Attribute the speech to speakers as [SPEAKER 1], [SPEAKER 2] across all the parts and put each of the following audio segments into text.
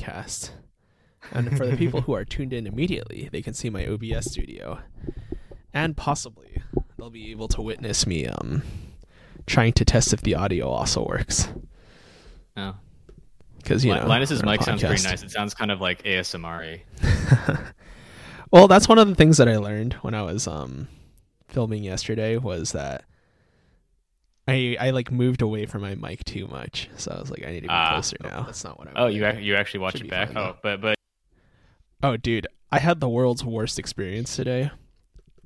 [SPEAKER 1] podcast. And for the people who are tuned in immediately, they can see my OBS studio. And possibly they'll be able to witness me um trying to test if the audio also works
[SPEAKER 2] Oh.
[SPEAKER 1] because you know
[SPEAKER 2] Linus's
[SPEAKER 1] we're a
[SPEAKER 2] mic sounds pretty
[SPEAKER 1] podcast.
[SPEAKER 2] nice. It sounds kind of like ASMR.
[SPEAKER 1] Well, that's one of the things that I learned when I was um filming yesterday was that I I like moved away from my mic too much, so I was like I need to be
[SPEAKER 2] Ah.
[SPEAKER 1] closer now. That's not what I.
[SPEAKER 2] Oh, you
[SPEAKER 1] wanted.
[SPEAKER 2] ac- you actually watch
[SPEAKER 1] Should be
[SPEAKER 2] it back?
[SPEAKER 1] fine,
[SPEAKER 2] Oh,
[SPEAKER 1] though.
[SPEAKER 2] but but
[SPEAKER 1] Oh, dude, I had the world's worst experience today.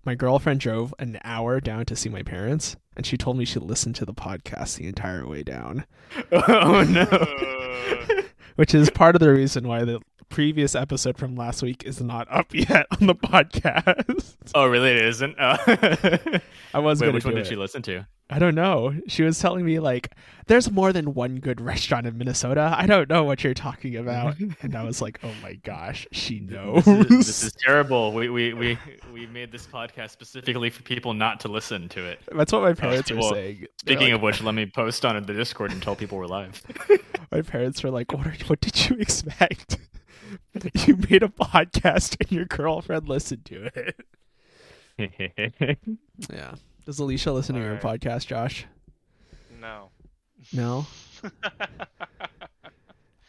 [SPEAKER 1] My girlfriend drove an hour down to see my parents, and she told me she listened to the podcast the entire way down,
[SPEAKER 2] oh no.
[SPEAKER 1] which is part of the reason why the previous episode from last week is not up yet on the podcast.
[SPEAKER 2] Oh, really? It isn't. Oh.
[SPEAKER 1] I was
[SPEAKER 2] Wait,
[SPEAKER 1] going
[SPEAKER 2] which
[SPEAKER 1] to do
[SPEAKER 2] one
[SPEAKER 1] it.
[SPEAKER 2] did she listen to?
[SPEAKER 1] I don't know. She was telling me like there's more than one good restaurant in Minnesota. I don't know what you're talking about. and I was like, "Oh my gosh, she knows."
[SPEAKER 2] This is, this is terrible. We, we we we made this podcast specifically for people not to listen to it.
[SPEAKER 1] That's what my parents were
[SPEAKER 2] Well,
[SPEAKER 1] saying. They're
[SPEAKER 2] Speaking
[SPEAKER 1] like-
[SPEAKER 2] of which, let me post on the Discord and tell people we're live.
[SPEAKER 1] my parents were like, "What are, what did you expect? you made a podcast and your girlfriend listened to it." Yeah. Does Alicia listen to your
[SPEAKER 3] Alright.
[SPEAKER 1] podcast, Josh?
[SPEAKER 3] No.
[SPEAKER 1] No. I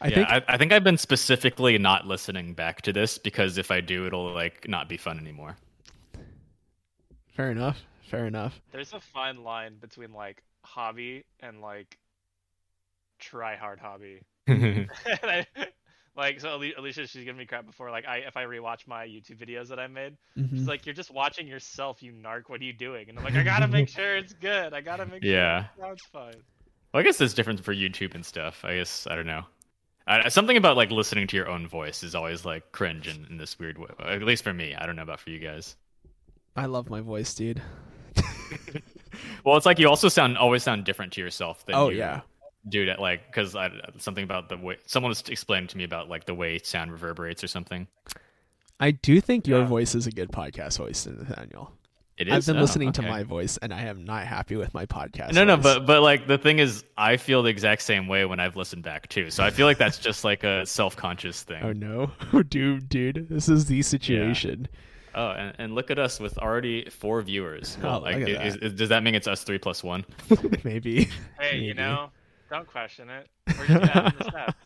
[SPEAKER 2] yeah,
[SPEAKER 1] think
[SPEAKER 2] I, I think I've been specifically not listening back to this because if I do, it'll like not be fun anymore.
[SPEAKER 1] fair enough. Fair enough.
[SPEAKER 3] There's a fine line between like hobby and like try hard hobby. And I- like so Ali- Alicia she's giving me crap before like I if I rewatch my YouTube videos that I made. She's
[SPEAKER 2] Mm-hmm.
[SPEAKER 1] Mhm.
[SPEAKER 3] like you're just watching yourself, you narc, what are you doing? And I'm like I got to make sure it's good. I got to make
[SPEAKER 2] Yeah.
[SPEAKER 3] sure it sounds fun.
[SPEAKER 2] Well, I guess it's different for YouTube and stuff. I guess I don't know. I, something about like listening to your own voice is always like cringe in, in this weird way. At least for me. I don't know about for you guys.
[SPEAKER 1] I love my voice, dude.
[SPEAKER 2] Well, it's like you also sound always sound different to yourself than
[SPEAKER 1] Oh
[SPEAKER 2] you
[SPEAKER 1] yeah.
[SPEAKER 2] do to like because I something about the way someone was explaining to me about like the way sound reverberates or something.
[SPEAKER 1] I do think your
[SPEAKER 3] Yeah.
[SPEAKER 1] voice is a good podcast voice, Nathaniel.
[SPEAKER 2] It
[SPEAKER 1] I've
[SPEAKER 2] is.
[SPEAKER 1] been
[SPEAKER 2] Oh,
[SPEAKER 1] listening to
[SPEAKER 2] okay.
[SPEAKER 1] my voice, and I am not happy with my podcast.
[SPEAKER 2] No, no,
[SPEAKER 1] voice.
[SPEAKER 2] but but like the thing is, I feel the exact same way when I've listened back too. So I feel like that's just like a self-conscious thing.
[SPEAKER 1] oh no, oh dude, dude, this is the situation.
[SPEAKER 2] Oh, and, and look at us with already four viewers.
[SPEAKER 1] Oh,
[SPEAKER 2] Well, like,
[SPEAKER 1] look at
[SPEAKER 2] is, is- does that mean it's us three plus one?
[SPEAKER 1] Maybe.
[SPEAKER 3] Hey,
[SPEAKER 1] Maybe.
[SPEAKER 3] you know, don't question it. We're just adding this up.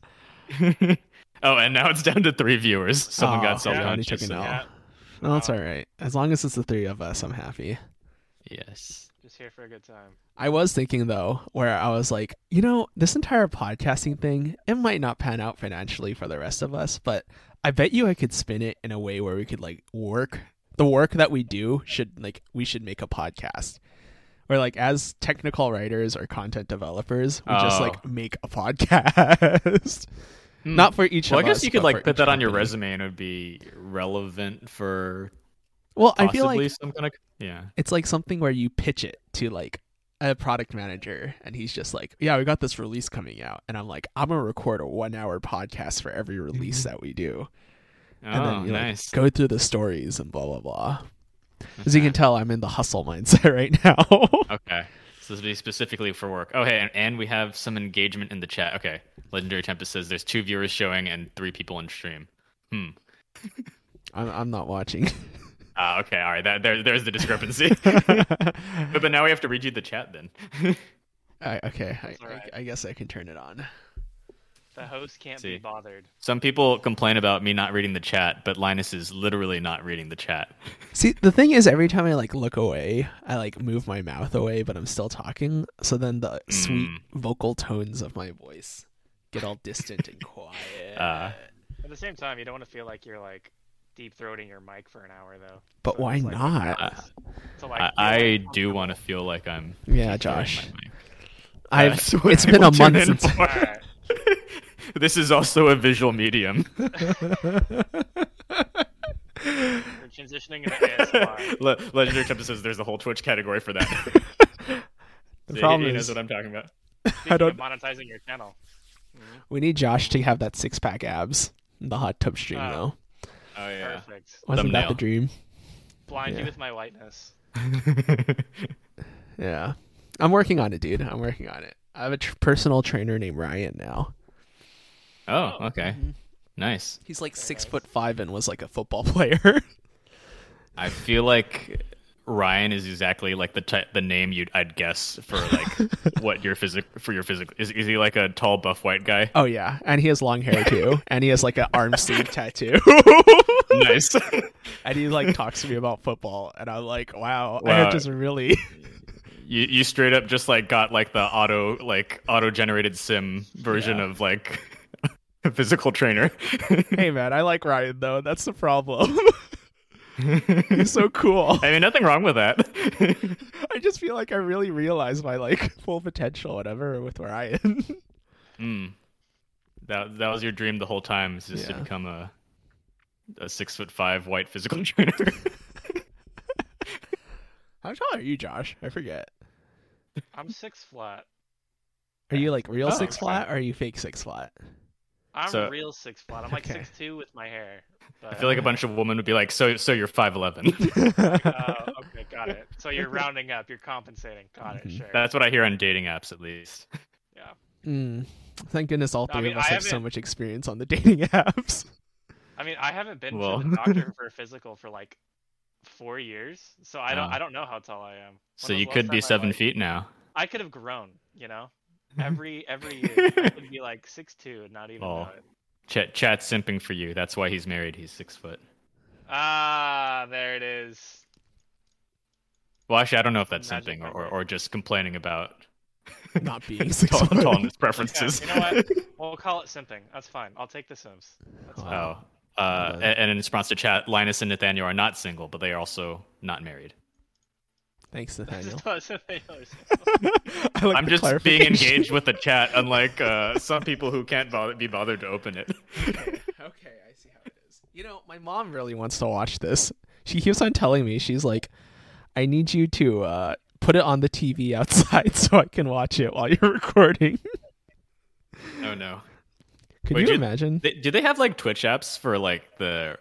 [SPEAKER 2] oh, and now it's down to three viewers. Someone
[SPEAKER 1] Oh,
[SPEAKER 2] got
[SPEAKER 1] yeah, Johnny took
[SPEAKER 2] self-conscious.
[SPEAKER 1] an
[SPEAKER 2] so-
[SPEAKER 1] L.
[SPEAKER 3] Yeah,
[SPEAKER 1] No,
[SPEAKER 2] Uh,
[SPEAKER 1] that's all right. As long as it's the three of us, I'm happy.
[SPEAKER 2] Yes.
[SPEAKER 3] just here for a good time.
[SPEAKER 1] I was thinking though, where I was like, you know, this entire podcasting thing, it might not pan out financially for the rest of us, but I bet you I could spin it in a way where we could like work the work that we do should like we should make a podcast. Where like as technical writers or content developers, we just
[SPEAKER 2] Oh. Hmm.
[SPEAKER 1] like make a podcast. Not for each
[SPEAKER 2] Well, I
[SPEAKER 1] of
[SPEAKER 2] guess
[SPEAKER 1] us,
[SPEAKER 2] you could
[SPEAKER 1] but
[SPEAKER 2] like
[SPEAKER 1] for
[SPEAKER 2] put
[SPEAKER 1] each
[SPEAKER 2] that on your
[SPEAKER 1] company.
[SPEAKER 2] resume and it would be relevant for
[SPEAKER 1] Well, I
[SPEAKER 2] possibly
[SPEAKER 1] feel like
[SPEAKER 2] some kind of yeah.
[SPEAKER 1] it's like something where you pitch it to like a product manager and he's just like yeah we got this release coming out and i'm like i'm gonna record a one hour podcast for every release that we do and
[SPEAKER 2] Mm-hmm. Oh,
[SPEAKER 1] then you like,
[SPEAKER 2] nice.
[SPEAKER 1] go through the stories and blah blah blah as you can tell i'm in the hustle mindset right now
[SPEAKER 2] Okay. So this would be specifically for work. Oh, hey, and, and we have some engagement in the chat. Okay. Legendary Tempest says there's two viewers showing and three people in stream. Hmm.
[SPEAKER 1] I'm, I'm not watching
[SPEAKER 2] Ah, okay. All right. That, there, there's the discrepancy. but,
[SPEAKER 1] I,
[SPEAKER 2] but now we have to read you the chat then.
[SPEAKER 1] okay I,
[SPEAKER 3] That's all right.
[SPEAKER 1] I, I guess i can turn it on
[SPEAKER 3] The host can't
[SPEAKER 2] See.
[SPEAKER 3] be bothered.
[SPEAKER 2] Some people complain about me not reading the chat, but Linus is literally not reading the chat.
[SPEAKER 1] See, the thing is, every time I like look away, I like move my mouth away, but I'm still talking. So then the sweet
[SPEAKER 2] Mm.
[SPEAKER 1] vocal tones of my voice get all distant and quiet.
[SPEAKER 2] Uh,
[SPEAKER 3] At the same time, you don't want to feel like you're like deep throating your mic for an hour though.
[SPEAKER 1] but
[SPEAKER 3] So
[SPEAKER 1] why
[SPEAKER 3] it's, like,
[SPEAKER 1] not?
[SPEAKER 2] Uh,
[SPEAKER 3] So like,
[SPEAKER 2] I, I do want to feel like I'm.
[SPEAKER 1] yeah, Josh.
[SPEAKER 2] My mic.
[SPEAKER 1] I've
[SPEAKER 2] That's what
[SPEAKER 1] it's been a
[SPEAKER 2] people tune
[SPEAKER 1] month
[SPEAKER 2] in
[SPEAKER 1] since.
[SPEAKER 2] for. this is also a visual medium.
[SPEAKER 3] we're transitioning into ASMR.
[SPEAKER 2] Le- Legendary Tempest says there's a whole Twitch category for that.
[SPEAKER 1] The
[SPEAKER 2] He-
[SPEAKER 1] problem
[SPEAKER 2] he knows
[SPEAKER 1] is,
[SPEAKER 2] what I'm talking about.
[SPEAKER 3] Speaking
[SPEAKER 1] don't-
[SPEAKER 3] of monetizing your channel.
[SPEAKER 1] we need Josh to have that six pack abs in the hot tub stream,
[SPEAKER 3] Oh.
[SPEAKER 1] though.
[SPEAKER 2] Oh yeah.
[SPEAKER 3] Perfect.
[SPEAKER 1] Wasn't that
[SPEAKER 2] Thumbnail.
[SPEAKER 1] the dream?
[SPEAKER 3] Blind
[SPEAKER 1] Yeah.
[SPEAKER 3] you with my whiteness.
[SPEAKER 1] Yeah. I'm working on it, dude. I'm working on it. I have a tr- personal trainer named Ryan now.
[SPEAKER 2] oh okay. Nice.
[SPEAKER 1] He's like six
[SPEAKER 3] nice.
[SPEAKER 1] foot five and was like a football player.
[SPEAKER 2] I feel like Ryan is exactly like the ty- the name you'd I'd guess for like what your physic for your physical is is he like a tall buff white guy?
[SPEAKER 1] oh yeah, and he has long hair too, and he has like an arm sleeve tattoo.
[SPEAKER 2] nice.
[SPEAKER 1] and he like talks to me about football, and I'm like, wow, I
[SPEAKER 2] Wow.
[SPEAKER 1] have just really
[SPEAKER 2] you you straight up just like got like the auto like auto generated sim version
[SPEAKER 1] Yeah.
[SPEAKER 2] of like a physical trainer.
[SPEAKER 1] hey man, I like Ryan though. That's the problem.
[SPEAKER 2] I
[SPEAKER 1] He's so cool.
[SPEAKER 2] mean nothing wrong with that.
[SPEAKER 1] I just feel like I really realized my like full potential, whatever, with Ryan.
[SPEAKER 2] mm. That that was your dream the whole time is just
[SPEAKER 1] Yeah.
[SPEAKER 2] to become a a six foot five white physical trainer.
[SPEAKER 1] How tall are you, Josh? I forget.
[SPEAKER 3] I'm six flat.
[SPEAKER 1] Are you like real
[SPEAKER 2] Oh,
[SPEAKER 1] six
[SPEAKER 2] okay.
[SPEAKER 1] flat or are you fake six flat?
[SPEAKER 3] I'm
[SPEAKER 2] So-
[SPEAKER 3] real six flat. I'm like
[SPEAKER 1] Okay.
[SPEAKER 3] six two with my hair. But,
[SPEAKER 2] I feel like a bunch of women would be like, so so you're five eleven.
[SPEAKER 3] Oh, okay, got it. So you're rounding up. You're compensating. Got it.
[SPEAKER 1] Mhm.
[SPEAKER 3] Sure.
[SPEAKER 2] That's what I hear on dating apps, at least.
[SPEAKER 1] Mm. Thank goodness all
[SPEAKER 3] I
[SPEAKER 1] three
[SPEAKER 3] mean,
[SPEAKER 1] of us
[SPEAKER 3] I
[SPEAKER 1] have so
[SPEAKER 3] haven't-
[SPEAKER 1] much experience on the dating apps.
[SPEAKER 3] I mean, I haven't been
[SPEAKER 2] Well.
[SPEAKER 3] to the doctor for a physical for like four years, so I
[SPEAKER 2] Oh.
[SPEAKER 3] don't. I don't know how tall I am. When
[SPEAKER 2] So
[SPEAKER 3] was
[SPEAKER 2] you
[SPEAKER 3] the
[SPEAKER 2] could
[SPEAKER 3] last
[SPEAKER 2] be
[SPEAKER 3] time I,
[SPEAKER 2] seven
[SPEAKER 3] like-
[SPEAKER 2] feet now.
[SPEAKER 3] I could have grown. You know, every every year I could be like six two and not even
[SPEAKER 2] Oh.
[SPEAKER 3] know it.
[SPEAKER 2] Chat chat's simping for you. That's why he's married. He's six foot.
[SPEAKER 3] Ah, there it is.
[SPEAKER 2] Well, actually, I don't know if that's simping
[SPEAKER 3] Imagine if I
[SPEAKER 2] or, or,
[SPEAKER 3] did.
[SPEAKER 2] or just complaining about
[SPEAKER 1] Not being six
[SPEAKER 2] tall,
[SPEAKER 1] foot.
[SPEAKER 2] tallness
[SPEAKER 3] Yeah,
[SPEAKER 2] preferences.
[SPEAKER 3] you know what? We'll call it simping. That's fine. I'll take the Sims. That's fine.
[SPEAKER 1] Wow.
[SPEAKER 2] Oh, uh,
[SPEAKER 1] Well,
[SPEAKER 2] and, and in response to chat, Linus and Nathaniel are not single, but they are also not married.
[SPEAKER 1] Thanks, Nathaniel. I like
[SPEAKER 2] I'm
[SPEAKER 1] the
[SPEAKER 2] just being
[SPEAKER 1] clarification.
[SPEAKER 2] engaged with the chat, unlike uh, some people who can't bother, be bothered to open it.
[SPEAKER 1] okay, I see how it is. You know, my mom really wants to watch this. She keeps on telling me, she's like, I need you to uh, put it on the TV outside so I can watch it while you're recording.
[SPEAKER 2] oh no.
[SPEAKER 1] Could
[SPEAKER 2] Wait,
[SPEAKER 1] you
[SPEAKER 2] did-
[SPEAKER 1] imagine?
[SPEAKER 2] They, do they have like Twitch apps for like the?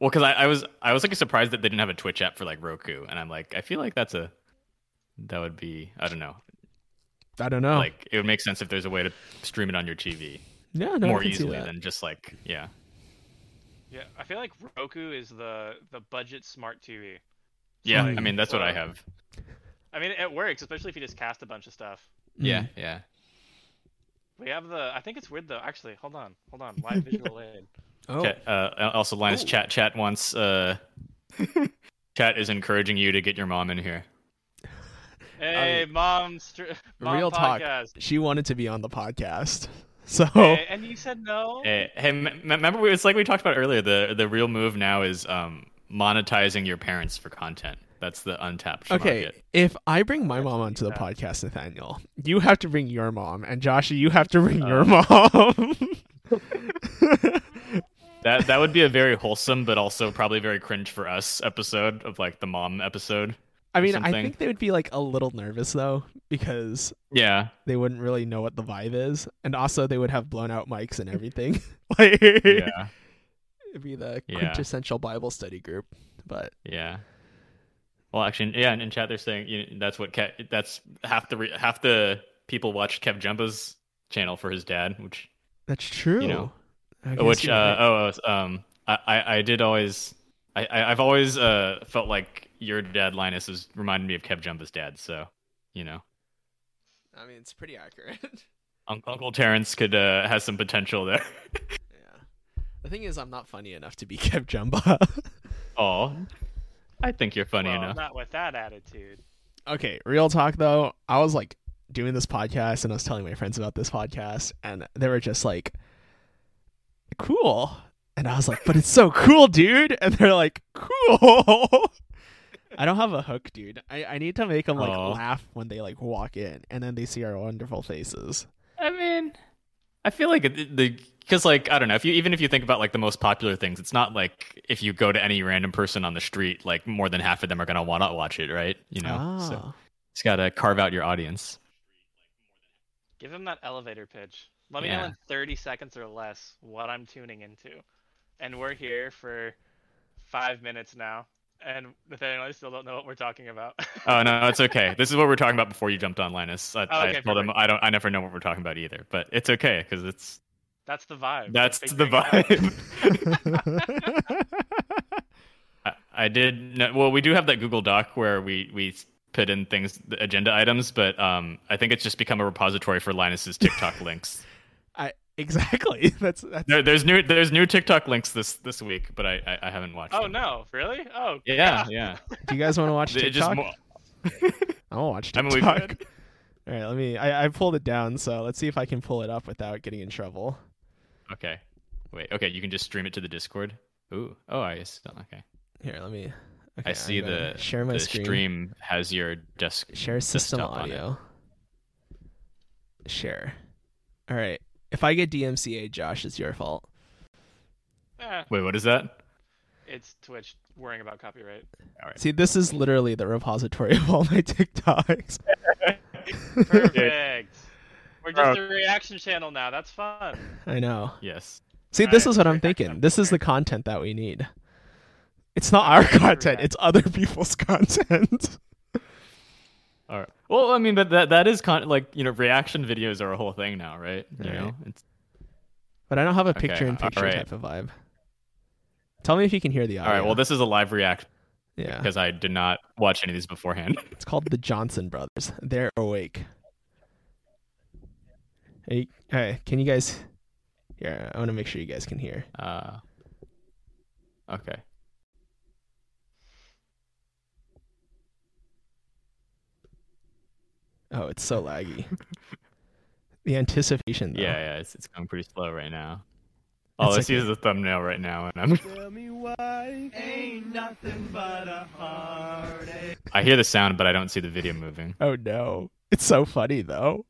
[SPEAKER 2] Well, because I, I was I was like surprised that they didn't have a Twitch app for like Roku, and I'm like I feel like that's a that would be I don't know
[SPEAKER 1] I don't know.
[SPEAKER 2] like it would make sense if there's a way to stream it on your TV
[SPEAKER 1] yeah, no, I
[SPEAKER 2] more
[SPEAKER 1] can see
[SPEAKER 2] easily
[SPEAKER 1] that.
[SPEAKER 2] than just like yeah
[SPEAKER 3] Yeah, I feel like Roku is the the budget smart TV.
[SPEAKER 2] yeah
[SPEAKER 3] like,
[SPEAKER 2] I mean that's what I
[SPEAKER 3] uh,
[SPEAKER 2] have
[SPEAKER 3] I mean, it works, especially if you just cast a bunch of stuff.
[SPEAKER 1] Mm.
[SPEAKER 2] yeah yeah
[SPEAKER 3] We have the. I think it's weird though. Actually, hold on, hold on. Live visual aid.
[SPEAKER 1] Oh,
[SPEAKER 2] Chat- uh, also Linus
[SPEAKER 1] Oh.
[SPEAKER 2] chat chat wants uh chat is encouraging you to get your mom in here
[SPEAKER 3] Hey, mom, str- mom.
[SPEAKER 1] real talk. Oh.
[SPEAKER 3] podcast.
[SPEAKER 1] she wanted to be on the podcast. So
[SPEAKER 3] Hey, and you said no.
[SPEAKER 2] hey, Eh, hey m- m- remember we, it's like we talked about earlier the the real move now is um monetizing your parents for content that's the untapped
[SPEAKER 1] Okay,
[SPEAKER 2] market.
[SPEAKER 1] if I bring my mom onto the
[SPEAKER 3] Yeah.
[SPEAKER 1] podcast, Nathaniel, you have to bring your mom, and Josh, you have to
[SPEAKER 3] Uh.
[SPEAKER 1] bring your mom.
[SPEAKER 2] That that would be a very wholesome, but also probably very cringe for us episode of like the mom episode.
[SPEAKER 1] I mean, I
[SPEAKER 2] something.
[SPEAKER 1] think they would be like a little nervous though, because
[SPEAKER 2] Yeah,
[SPEAKER 1] they wouldn't really know what the vibe is, and also they would have blown out mics and everything. like,
[SPEAKER 2] yeah,
[SPEAKER 1] it'd be the
[SPEAKER 2] Yeah.
[SPEAKER 1] quintessential Bible study group. But
[SPEAKER 2] yeah. Well, actually, yeah. and In chat, they're saying you know, that's what Kev, that's half the re, half the people watch Kev Jumba's channel for his dad, which
[SPEAKER 1] that's true.
[SPEAKER 2] know,
[SPEAKER 1] I guess
[SPEAKER 2] which
[SPEAKER 1] you're
[SPEAKER 2] uh,
[SPEAKER 1] right.
[SPEAKER 2] oh oh, um I, I I did always I, I I've always uh felt like your dad Linus is reminded me of Kev Jumba's dad, so you know.
[SPEAKER 1] I mean, it's pretty accurate.
[SPEAKER 2] Un- Uncle Terrence could uh, has some potential there.
[SPEAKER 1] yeah. The thing is, I'm not funny enough to be Kev Jumba.
[SPEAKER 2] Oh, I think you're funny
[SPEAKER 3] well,
[SPEAKER 2] enough.
[SPEAKER 3] not with that attitude.
[SPEAKER 1] okay, real talk though, I was like doing this podcast and I was telling my friends about this podcast and they were just like cool. And I was like, "But it's so cool, dude." And they're like, "Cool." I don't have a hook, dude. I, I need to make them like
[SPEAKER 2] Aw.
[SPEAKER 1] laugh when they like walk in and then they see our wonderful faces.
[SPEAKER 2] I mean, I feel like it- the because like I don't know if you even if you think about like the most popular things, it's not like if you go to any random person on the street, like more than half of them are gonna want to watch it, right? You know, so
[SPEAKER 1] Ah.
[SPEAKER 2] it's gotta carve out your audience.
[SPEAKER 3] Give him that elevator pitch. Let me know
[SPEAKER 2] Yeah.
[SPEAKER 3] in 30 seconds or less what I'm tuning into. And we're here for five minutes now. And Nathaniel, I still don't know what we're talking about.
[SPEAKER 2] Oh no, it's okay. this is what we we're talking about before you jumped on Linus. I,
[SPEAKER 3] Oh,
[SPEAKER 2] I
[SPEAKER 3] okay,
[SPEAKER 2] told him
[SPEAKER 3] perfect.
[SPEAKER 2] I don't, I never know what we're talking about either, but it's okay because it's
[SPEAKER 3] That's the vibe.
[SPEAKER 2] That's
[SPEAKER 3] Big
[SPEAKER 2] the
[SPEAKER 3] Bang Theory.
[SPEAKER 2] Ah. vibe. I- I did. No, well, we do have that Google Doc where we we put in things, the agenda items, but um, I think it's just become a repository for Linus's TikTok links.
[SPEAKER 1] I exactly. That's that's
[SPEAKER 2] There, there's new there's new TikTok links this this week, but I I, I haven't watched.
[SPEAKER 3] Oh
[SPEAKER 2] them.
[SPEAKER 3] no, really? Oh
[SPEAKER 2] Yeah, yeah.
[SPEAKER 1] Do you guys want to watch
[SPEAKER 2] It
[SPEAKER 1] TikTok?
[SPEAKER 2] just mo-
[SPEAKER 1] I want to watch
[SPEAKER 2] I mean, we've
[SPEAKER 1] TikTok. All right, let me. I, I pulled it down, so let's see if I can pull it up without getting in trouble.
[SPEAKER 2] okay. Wait. Okay, you can just stream it to the Discord. Ooh. Oh, I s- okay.
[SPEAKER 1] Here, let me. okay,
[SPEAKER 2] I
[SPEAKER 1] I'm
[SPEAKER 2] see
[SPEAKER 1] gonna
[SPEAKER 2] the
[SPEAKER 1] share my
[SPEAKER 2] the
[SPEAKER 1] screen.
[SPEAKER 2] stream has your desk.
[SPEAKER 1] Share system
[SPEAKER 2] desktop on it.
[SPEAKER 1] audio. Share. All right. If I get DMCA, Josh, it's your fault.
[SPEAKER 3] Eh,
[SPEAKER 2] Wait, what is that?
[SPEAKER 3] it's Twitch worrying about copyright.
[SPEAKER 1] See, this is literally the repository of all my TikToks.
[SPEAKER 3] Perfect. We're
[SPEAKER 2] Uh,
[SPEAKER 3] just a reaction channel now. That's fun.
[SPEAKER 1] I know.
[SPEAKER 2] Yes.
[SPEAKER 1] See,
[SPEAKER 3] All
[SPEAKER 1] this
[SPEAKER 3] right,
[SPEAKER 1] is what I'm
[SPEAKER 3] okay, that's-
[SPEAKER 1] thinking.
[SPEAKER 3] I'm
[SPEAKER 1] This is the
[SPEAKER 3] prepared.
[SPEAKER 1] content that we need. It's not our
[SPEAKER 3] Okay,
[SPEAKER 1] content,
[SPEAKER 3] right.
[SPEAKER 1] it's other people's content.
[SPEAKER 2] All right. Well, I mean, but that that is con- like you know, reaction videos are a whole thing now, right? You
[SPEAKER 1] Right.
[SPEAKER 2] know, it's
[SPEAKER 1] But I don't have a
[SPEAKER 2] Okay,
[SPEAKER 1] picture in picture
[SPEAKER 2] alright.
[SPEAKER 1] type of vibe. Tell me if you can hear the
[SPEAKER 2] all
[SPEAKER 1] audio.
[SPEAKER 2] right. Well, this is a live react
[SPEAKER 1] yeah.
[SPEAKER 2] because I did not watch any of these beforehand.
[SPEAKER 1] It's called the Johnson Brothers. They're awake. Hey, hey, can you guys? Yeah, I want to make sure you guys can hear.
[SPEAKER 2] Uh, okay.
[SPEAKER 1] Oh, it's so laggy. the anticipation. Though.
[SPEAKER 2] Yeah, yeah. It's it's going pretty slow right now. Oh,
[SPEAKER 1] It's
[SPEAKER 2] let's
[SPEAKER 1] like-
[SPEAKER 2] use the thumbnail right now, and I'm. I hear the sound, but I don't see the video moving.
[SPEAKER 1] Oh no, it's so funny though.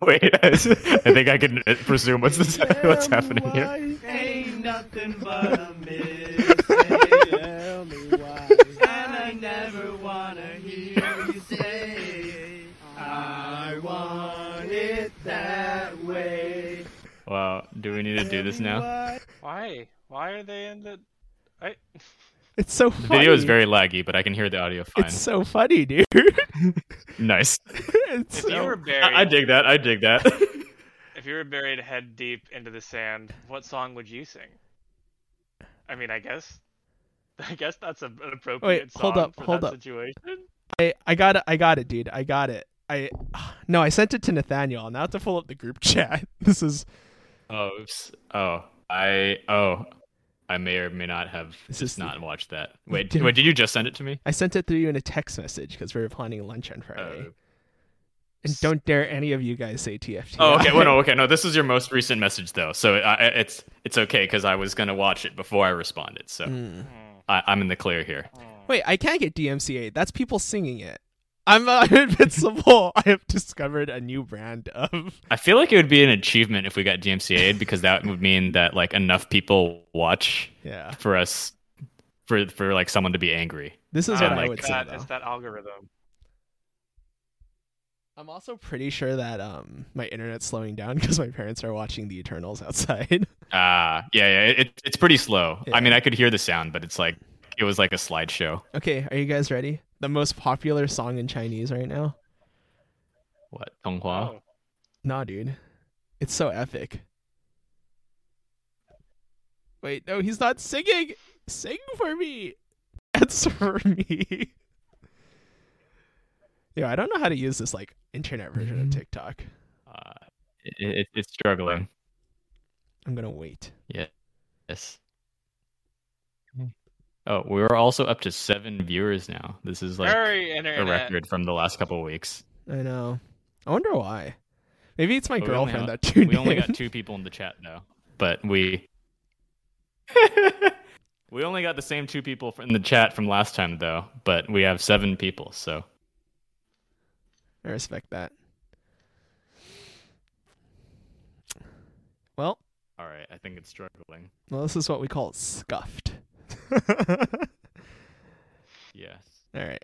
[SPEAKER 2] Wait, I think I can uh, presume what's this, what's happening here.
[SPEAKER 4] Ain't nothing but a mistake. Tell me why. And I never wanna hear you say, I want it that way.
[SPEAKER 2] Wow, do we need to do this now?
[SPEAKER 3] Why? Why are they in the? I.
[SPEAKER 1] It's so
[SPEAKER 2] The
[SPEAKER 1] funny.
[SPEAKER 2] video is very laggy, but I can hear the audio fine.
[SPEAKER 1] It's so funny, dude.
[SPEAKER 2] Nice.
[SPEAKER 1] it's
[SPEAKER 3] If you
[SPEAKER 1] so...
[SPEAKER 3] were buried,
[SPEAKER 2] I, I dig that. I dig that.
[SPEAKER 3] if you were buried head deep into the sand, what song would you sing? I mean, I guess. I guess that's a, an appropriate
[SPEAKER 1] Wait,
[SPEAKER 3] song
[SPEAKER 1] hold up,
[SPEAKER 3] for
[SPEAKER 1] hold
[SPEAKER 3] that
[SPEAKER 1] up.
[SPEAKER 3] situation.
[SPEAKER 1] I, I got it. I got it, dude. I got it. I no, I sent it to Nathaniel. Now I have to pull up the group chat. This is
[SPEAKER 2] oh, oops. oh, I oh, I may or may not have
[SPEAKER 1] This is
[SPEAKER 2] just
[SPEAKER 1] the-
[SPEAKER 2] not watched that. Wait,
[SPEAKER 1] did-
[SPEAKER 2] wait, did you just send it to me?
[SPEAKER 1] I sent it through you in a text message because we were planning lunch on Friday.
[SPEAKER 2] Oh.
[SPEAKER 1] And don't dare any of you guys say TFT.
[SPEAKER 2] Oh, okay. Well, no, okay, no. This is your most recent message, though, so I, I- it's it's okay because I was gonna watch it before I responded, so
[SPEAKER 1] Mm.
[SPEAKER 2] I, I'm in the clear here.
[SPEAKER 1] Wait, I can't get DMCA. That's people singing it. I'm uh, invincible. I have discovered a new brand of.
[SPEAKER 2] I feel like it would be an achievement if we got DMCA'd because that would mean that like enough people watch
[SPEAKER 1] Yeah,
[SPEAKER 2] for us for for like someone to be angry.
[SPEAKER 1] this is
[SPEAKER 2] I
[SPEAKER 1] what I
[SPEAKER 2] like
[SPEAKER 1] would say
[SPEAKER 3] that.
[SPEAKER 1] though.
[SPEAKER 3] Oh It's that algorithm.
[SPEAKER 1] I'm also pretty sure that um my internet's slowing down because my parents are watching The Eternals outside.
[SPEAKER 2] Ah, yeah, yeah. It, it's pretty slow.
[SPEAKER 1] Yeah.
[SPEAKER 2] I mean, I could hear the sound, but it's like it was like a slideshow.
[SPEAKER 1] okay, are you guys ready? The most popular song in Chinese right now?
[SPEAKER 2] What Tonghua?
[SPEAKER 3] Oh.
[SPEAKER 1] Nah, dude, it's so epic. Wait, no, he's not singing. Sing for me. Dance for me. Yo, I don't know how to use this like internet version
[SPEAKER 2] Mm-hmm.
[SPEAKER 1] of TikTok.
[SPEAKER 2] Uh, it, it, it's struggling.
[SPEAKER 1] I'm gonna wait.
[SPEAKER 2] Yes.
[SPEAKER 1] Hmm.
[SPEAKER 2] Oh, we are also up to seven viewers now. This is like
[SPEAKER 3] Hurry,
[SPEAKER 2] a
[SPEAKER 3] internet.
[SPEAKER 2] record from the last couple of weeks.
[SPEAKER 1] I know. I wonder why. Maybe it's my
[SPEAKER 2] But we only
[SPEAKER 1] girlfriend
[SPEAKER 2] have-
[SPEAKER 1] that tuned
[SPEAKER 2] We only
[SPEAKER 1] in.
[SPEAKER 2] got two people in the chat though, but we we only got the same two people from the chat from last time though. But we have seven people, so
[SPEAKER 1] I respect that. Well,
[SPEAKER 2] all right. I think it's struggling.
[SPEAKER 1] well, this is what we call scuffed.
[SPEAKER 2] Yes.
[SPEAKER 1] All right.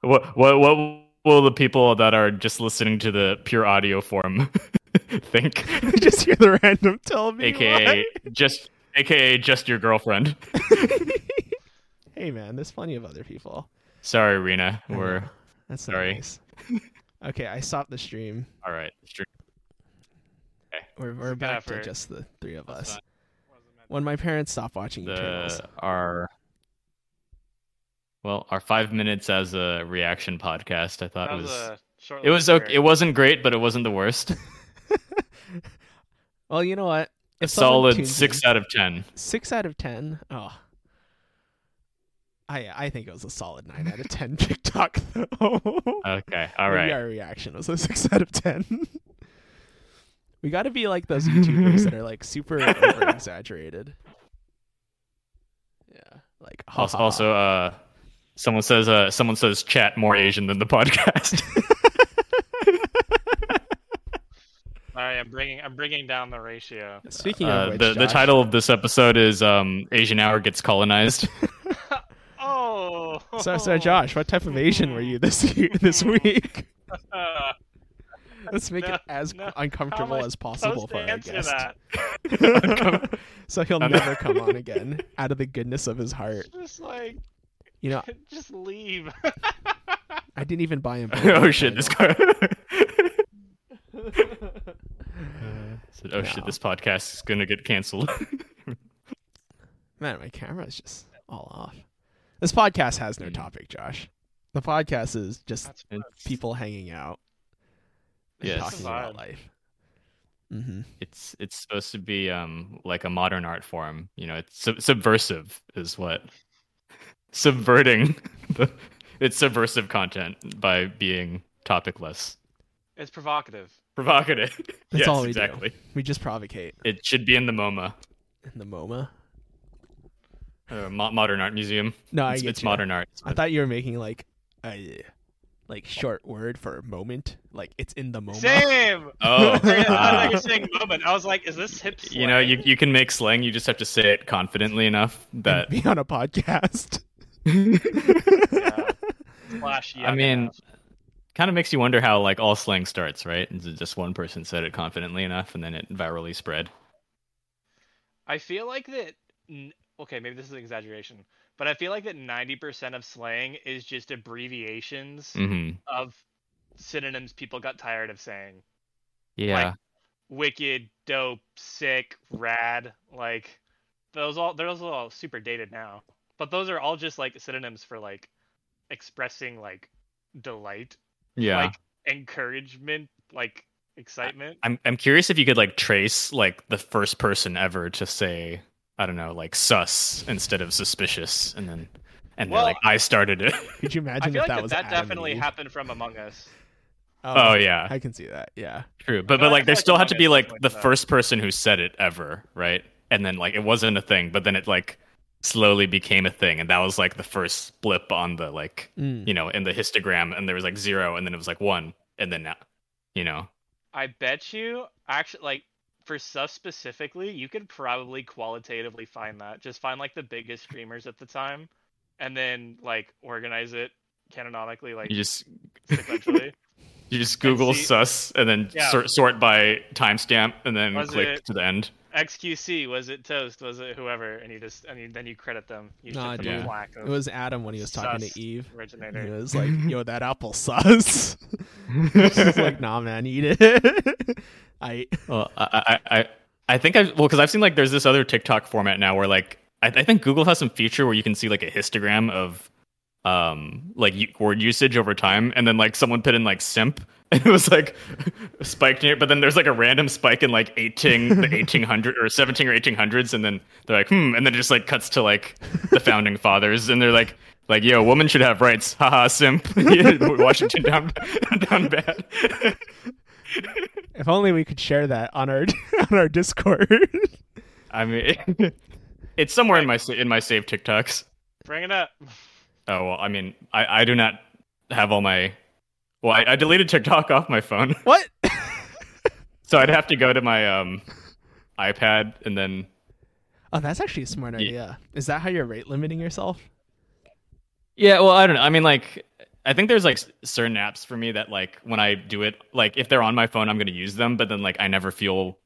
[SPEAKER 2] What what what will the people that are just listening to the pure audio form think?
[SPEAKER 1] You just hear the random tell me.
[SPEAKER 2] AKA
[SPEAKER 1] why.
[SPEAKER 2] just AKA just your girlfriend.
[SPEAKER 1] Hey man, there's plenty of other people.
[SPEAKER 2] Sorry, Rena.
[SPEAKER 1] I
[SPEAKER 2] We're
[SPEAKER 1] know. That's
[SPEAKER 2] sorry.
[SPEAKER 1] nice. Okay, I stopped the stream.
[SPEAKER 2] all right. Stream,
[SPEAKER 1] We're, we're
[SPEAKER 3] good
[SPEAKER 1] back to
[SPEAKER 3] effort.
[SPEAKER 1] just the three of
[SPEAKER 2] That's
[SPEAKER 1] us.
[SPEAKER 2] fine.
[SPEAKER 3] Wasn't meant
[SPEAKER 1] When my parents stop watching Eternals,
[SPEAKER 2] the our well our five minutes as a reaction podcast. I thought
[SPEAKER 3] That
[SPEAKER 2] was,
[SPEAKER 3] was a short
[SPEAKER 2] it was
[SPEAKER 3] lived
[SPEAKER 2] okay. It wasn't great, but it wasn't the worst.
[SPEAKER 1] well, you know what?
[SPEAKER 2] a
[SPEAKER 1] someone
[SPEAKER 2] solid
[SPEAKER 1] tunes
[SPEAKER 2] six
[SPEAKER 1] in-
[SPEAKER 2] out of ten.
[SPEAKER 1] six out of ten. Oh, I I think it was a solid nine out of ten TikTok though.
[SPEAKER 2] Okay, all
[SPEAKER 1] Maybe
[SPEAKER 2] right.
[SPEAKER 1] our reaction was a six out of ten. we got to be like those YouTubers that are like super over exaggerated. Yeah, like ha
[SPEAKER 2] Also,
[SPEAKER 1] ha.
[SPEAKER 2] also uh, someone says uh, someone says chat more Asian than the podcast.
[SPEAKER 3] All right, I'm bringing I'm bringing down the ratio.
[SPEAKER 1] Speaking of
[SPEAKER 2] Uh,
[SPEAKER 1] which,
[SPEAKER 2] the the
[SPEAKER 1] Josh-
[SPEAKER 2] title of this episode is um, Asian Hour gets colonized.
[SPEAKER 3] Oh.
[SPEAKER 1] So, so Josh, what type of Asian were you this year, this week?
[SPEAKER 3] Uh,
[SPEAKER 1] Let's make
[SPEAKER 3] No,
[SPEAKER 1] it as
[SPEAKER 3] no.
[SPEAKER 1] uncomfortable
[SPEAKER 3] am I
[SPEAKER 1] as possible
[SPEAKER 3] supposed
[SPEAKER 1] for
[SPEAKER 3] to
[SPEAKER 1] our
[SPEAKER 3] answer
[SPEAKER 1] guest.
[SPEAKER 3] that.
[SPEAKER 1] so he'll
[SPEAKER 2] I'm-
[SPEAKER 1] never come on again out of the goodness of his heart.
[SPEAKER 3] Just like
[SPEAKER 1] You know,
[SPEAKER 3] just leave.
[SPEAKER 1] I didn't even buy him.
[SPEAKER 2] oh shit! This car. Said, oh
[SPEAKER 1] No.
[SPEAKER 2] shit! This podcast is gonna get canceled.
[SPEAKER 1] man, my camera's just all off. This podcast has no
[SPEAKER 2] Mm.
[SPEAKER 1] topic, Josh. The podcast is just
[SPEAKER 3] That's fun.
[SPEAKER 1] people hanging out and
[SPEAKER 2] Yes.
[SPEAKER 1] talking about life. Mm-hmm.
[SPEAKER 2] it's it's supposed to be um like a modern art form. You know, it's sub- subversive is what subverting the it's subversive content by being topicless,
[SPEAKER 3] It's provocative.
[SPEAKER 2] provocative.
[SPEAKER 1] That's
[SPEAKER 2] yes,
[SPEAKER 1] all we do.
[SPEAKER 2] exactly.
[SPEAKER 1] We just provocate
[SPEAKER 2] It should be in the MoMA,
[SPEAKER 1] in the MoMA.
[SPEAKER 2] uh, Mo- Modern Art Museum.
[SPEAKER 1] No, I
[SPEAKER 2] it's,
[SPEAKER 1] get
[SPEAKER 2] it's
[SPEAKER 1] you.
[SPEAKER 2] modern art.
[SPEAKER 1] I thought you were making like a like short word for moment, like it's in the moment.
[SPEAKER 3] Same.
[SPEAKER 2] Oh,
[SPEAKER 3] Same. I thought
[SPEAKER 2] ah.
[SPEAKER 3] you were saying moment. I was like, is this hip?
[SPEAKER 2] you know, you
[SPEAKER 3] slang?
[SPEAKER 2] you can make slang. You just have to say it confidently enough that.
[SPEAKER 1] be on a podcast.
[SPEAKER 3] Yeah. Slash
[SPEAKER 2] I
[SPEAKER 3] yuck
[SPEAKER 2] mean,
[SPEAKER 3] ass.
[SPEAKER 2] kind of makes you wonder how like all slang starts, right? Is it Just one person said it confidently enough, and then it virally spread.
[SPEAKER 3] I feel like that. n- Okay, maybe this is an exaggeration, but I feel like that ninety percent of slang is just abbreviations
[SPEAKER 2] hmm
[SPEAKER 3] of synonyms people got tired of saying.
[SPEAKER 2] Yeah.
[SPEAKER 3] wicked, dope, sick, rad. Like those all those are all super dated now. But those are all just like synonyms for like expressing like delight,
[SPEAKER 2] yeah.
[SPEAKER 3] like encouragement, like excitement.
[SPEAKER 2] I'm I'm curious if you could like trace like the first person ever to say I don't know like sus instead of suspicious, and then and
[SPEAKER 3] Well- um,
[SPEAKER 2] they're like I started it.
[SPEAKER 1] Could you
[SPEAKER 3] I
[SPEAKER 1] imagine
[SPEAKER 3] feel
[SPEAKER 1] if
[SPEAKER 3] like
[SPEAKER 1] that
[SPEAKER 3] that,
[SPEAKER 1] was
[SPEAKER 3] that
[SPEAKER 1] Adam and
[SPEAKER 3] definitely
[SPEAKER 1] Eve?
[SPEAKER 3] happened from Among Us.
[SPEAKER 2] oh yeah,
[SPEAKER 1] I can see that. Yeah,
[SPEAKER 2] true. But
[SPEAKER 3] No, I
[SPEAKER 2] but like
[SPEAKER 3] feel
[SPEAKER 2] there
[SPEAKER 3] like
[SPEAKER 2] still had to
[SPEAKER 3] Among
[SPEAKER 2] be
[SPEAKER 3] Us
[SPEAKER 2] like
[SPEAKER 3] is like
[SPEAKER 2] the
[SPEAKER 3] that.
[SPEAKER 2] first person who said it ever, right? And then like it wasn't a thing, but then it like slowly became a thing, and that was like the first blip on the like
[SPEAKER 1] Mm.
[SPEAKER 2] you know in the histogram, and there was like zero, and then it was like one, and then now you know
[SPEAKER 3] I bet you actually like for stuff specifically, you could probably qualitatively find that. Just find like the biggest screamers at the time and then like organize it canonically like
[SPEAKER 2] you just
[SPEAKER 3] sequentially.
[SPEAKER 2] You just Google
[SPEAKER 3] see-
[SPEAKER 2] sus and then
[SPEAKER 3] Yeah.
[SPEAKER 2] sort, sort by timestamp and then
[SPEAKER 3] Was
[SPEAKER 2] click
[SPEAKER 3] it-
[SPEAKER 2] to the end.
[SPEAKER 3] XQC was it Toast was it whoever and you just and you, then you credit them. You
[SPEAKER 1] Nah,
[SPEAKER 3] should put
[SPEAKER 2] dude.
[SPEAKER 3] the black
[SPEAKER 1] it was Adam when he was talking
[SPEAKER 3] Sus.
[SPEAKER 1] to Eve. And he
[SPEAKER 3] originator.
[SPEAKER 1] was like, "Yo, that apple sus." She's like, "Nah, man, eat it." I
[SPEAKER 2] Well, I, I, I, I think I well because I've seen like there's this other TikTok format now where like I, I think Google has some feature where you can see like a histogram of um like u- word usage over time and then like someone put in like simp and it was like spiked near but then there's like a random spike in like 18 the 1800 or 17 or 1800s and then they're like hmm and then it just like cuts to like the founding fathers and they're like like yo woman should have rights haha simp washington down down bad
[SPEAKER 1] if only we could share that on our on our Discord.
[SPEAKER 2] I mean, it's somewhere in my sa- in my saved TikToks.
[SPEAKER 3] Bring it up.
[SPEAKER 2] Oh well, I mean, I, I do not have all my. Well, I, I deleted TikTok off my phone,
[SPEAKER 1] what?
[SPEAKER 2] so I'd have to go to my um iPad and then
[SPEAKER 1] Oh, that's actually a smart idea. Is that how you're rate limiting yourself?
[SPEAKER 2] Yeah, well, I don't know. I mean, like, I think there's like s- certain apps for me that like when I do it, like if they're on my phone, I'm gonna use them, but then like I never feel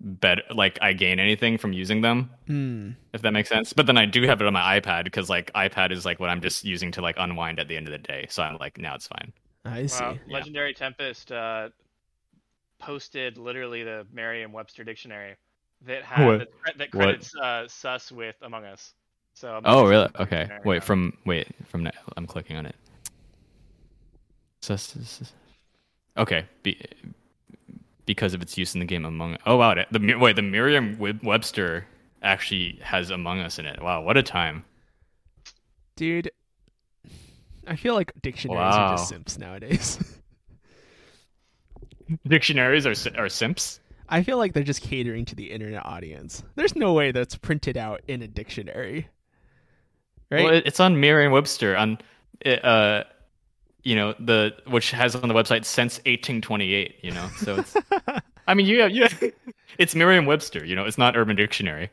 [SPEAKER 2] better, like I gain anything from using them,
[SPEAKER 1] Hmm.
[SPEAKER 2] if that makes sense. But then I do have it on my iPad because like iPad is like what I'm just using to like unwind at the end of the day. So I'm like, now it's fine.
[SPEAKER 1] I see.
[SPEAKER 3] Wow.
[SPEAKER 2] Yeah.
[SPEAKER 3] Legendary Tempest uh posted literally the Merriam-Webster dictionary that had
[SPEAKER 2] What?
[SPEAKER 3] that, cre- that
[SPEAKER 2] What?
[SPEAKER 3] credits uh, Sus with Among Us. So I'm
[SPEAKER 2] Oh,
[SPEAKER 3] just-
[SPEAKER 2] really? Okay.
[SPEAKER 3] dictionary
[SPEAKER 2] Wait,
[SPEAKER 3] now.
[SPEAKER 2] from wait from now. I'm clicking on it. Sus- sus- sus- Okay. Be, because of its use in the game Among. Oh wow! The Mi- wait, the Merriam-Webster actually has Among Us in it. Wow, what a time!
[SPEAKER 1] Dude, I feel like dictionaries are just
[SPEAKER 2] Wow.
[SPEAKER 1] simps nowadays.
[SPEAKER 2] Dictionaries are si- are simps.
[SPEAKER 1] I feel like they're just catering to the internet audience. There's no way that's printed out in a dictionary. Right?
[SPEAKER 2] Well, it- it's on Merriam-Webster on, it, uh, you know the which has on the website since 1828. You know, so it's. I mean, you have you. Have, it's Merriam-Webster. You know, it's not Urban Dictionary.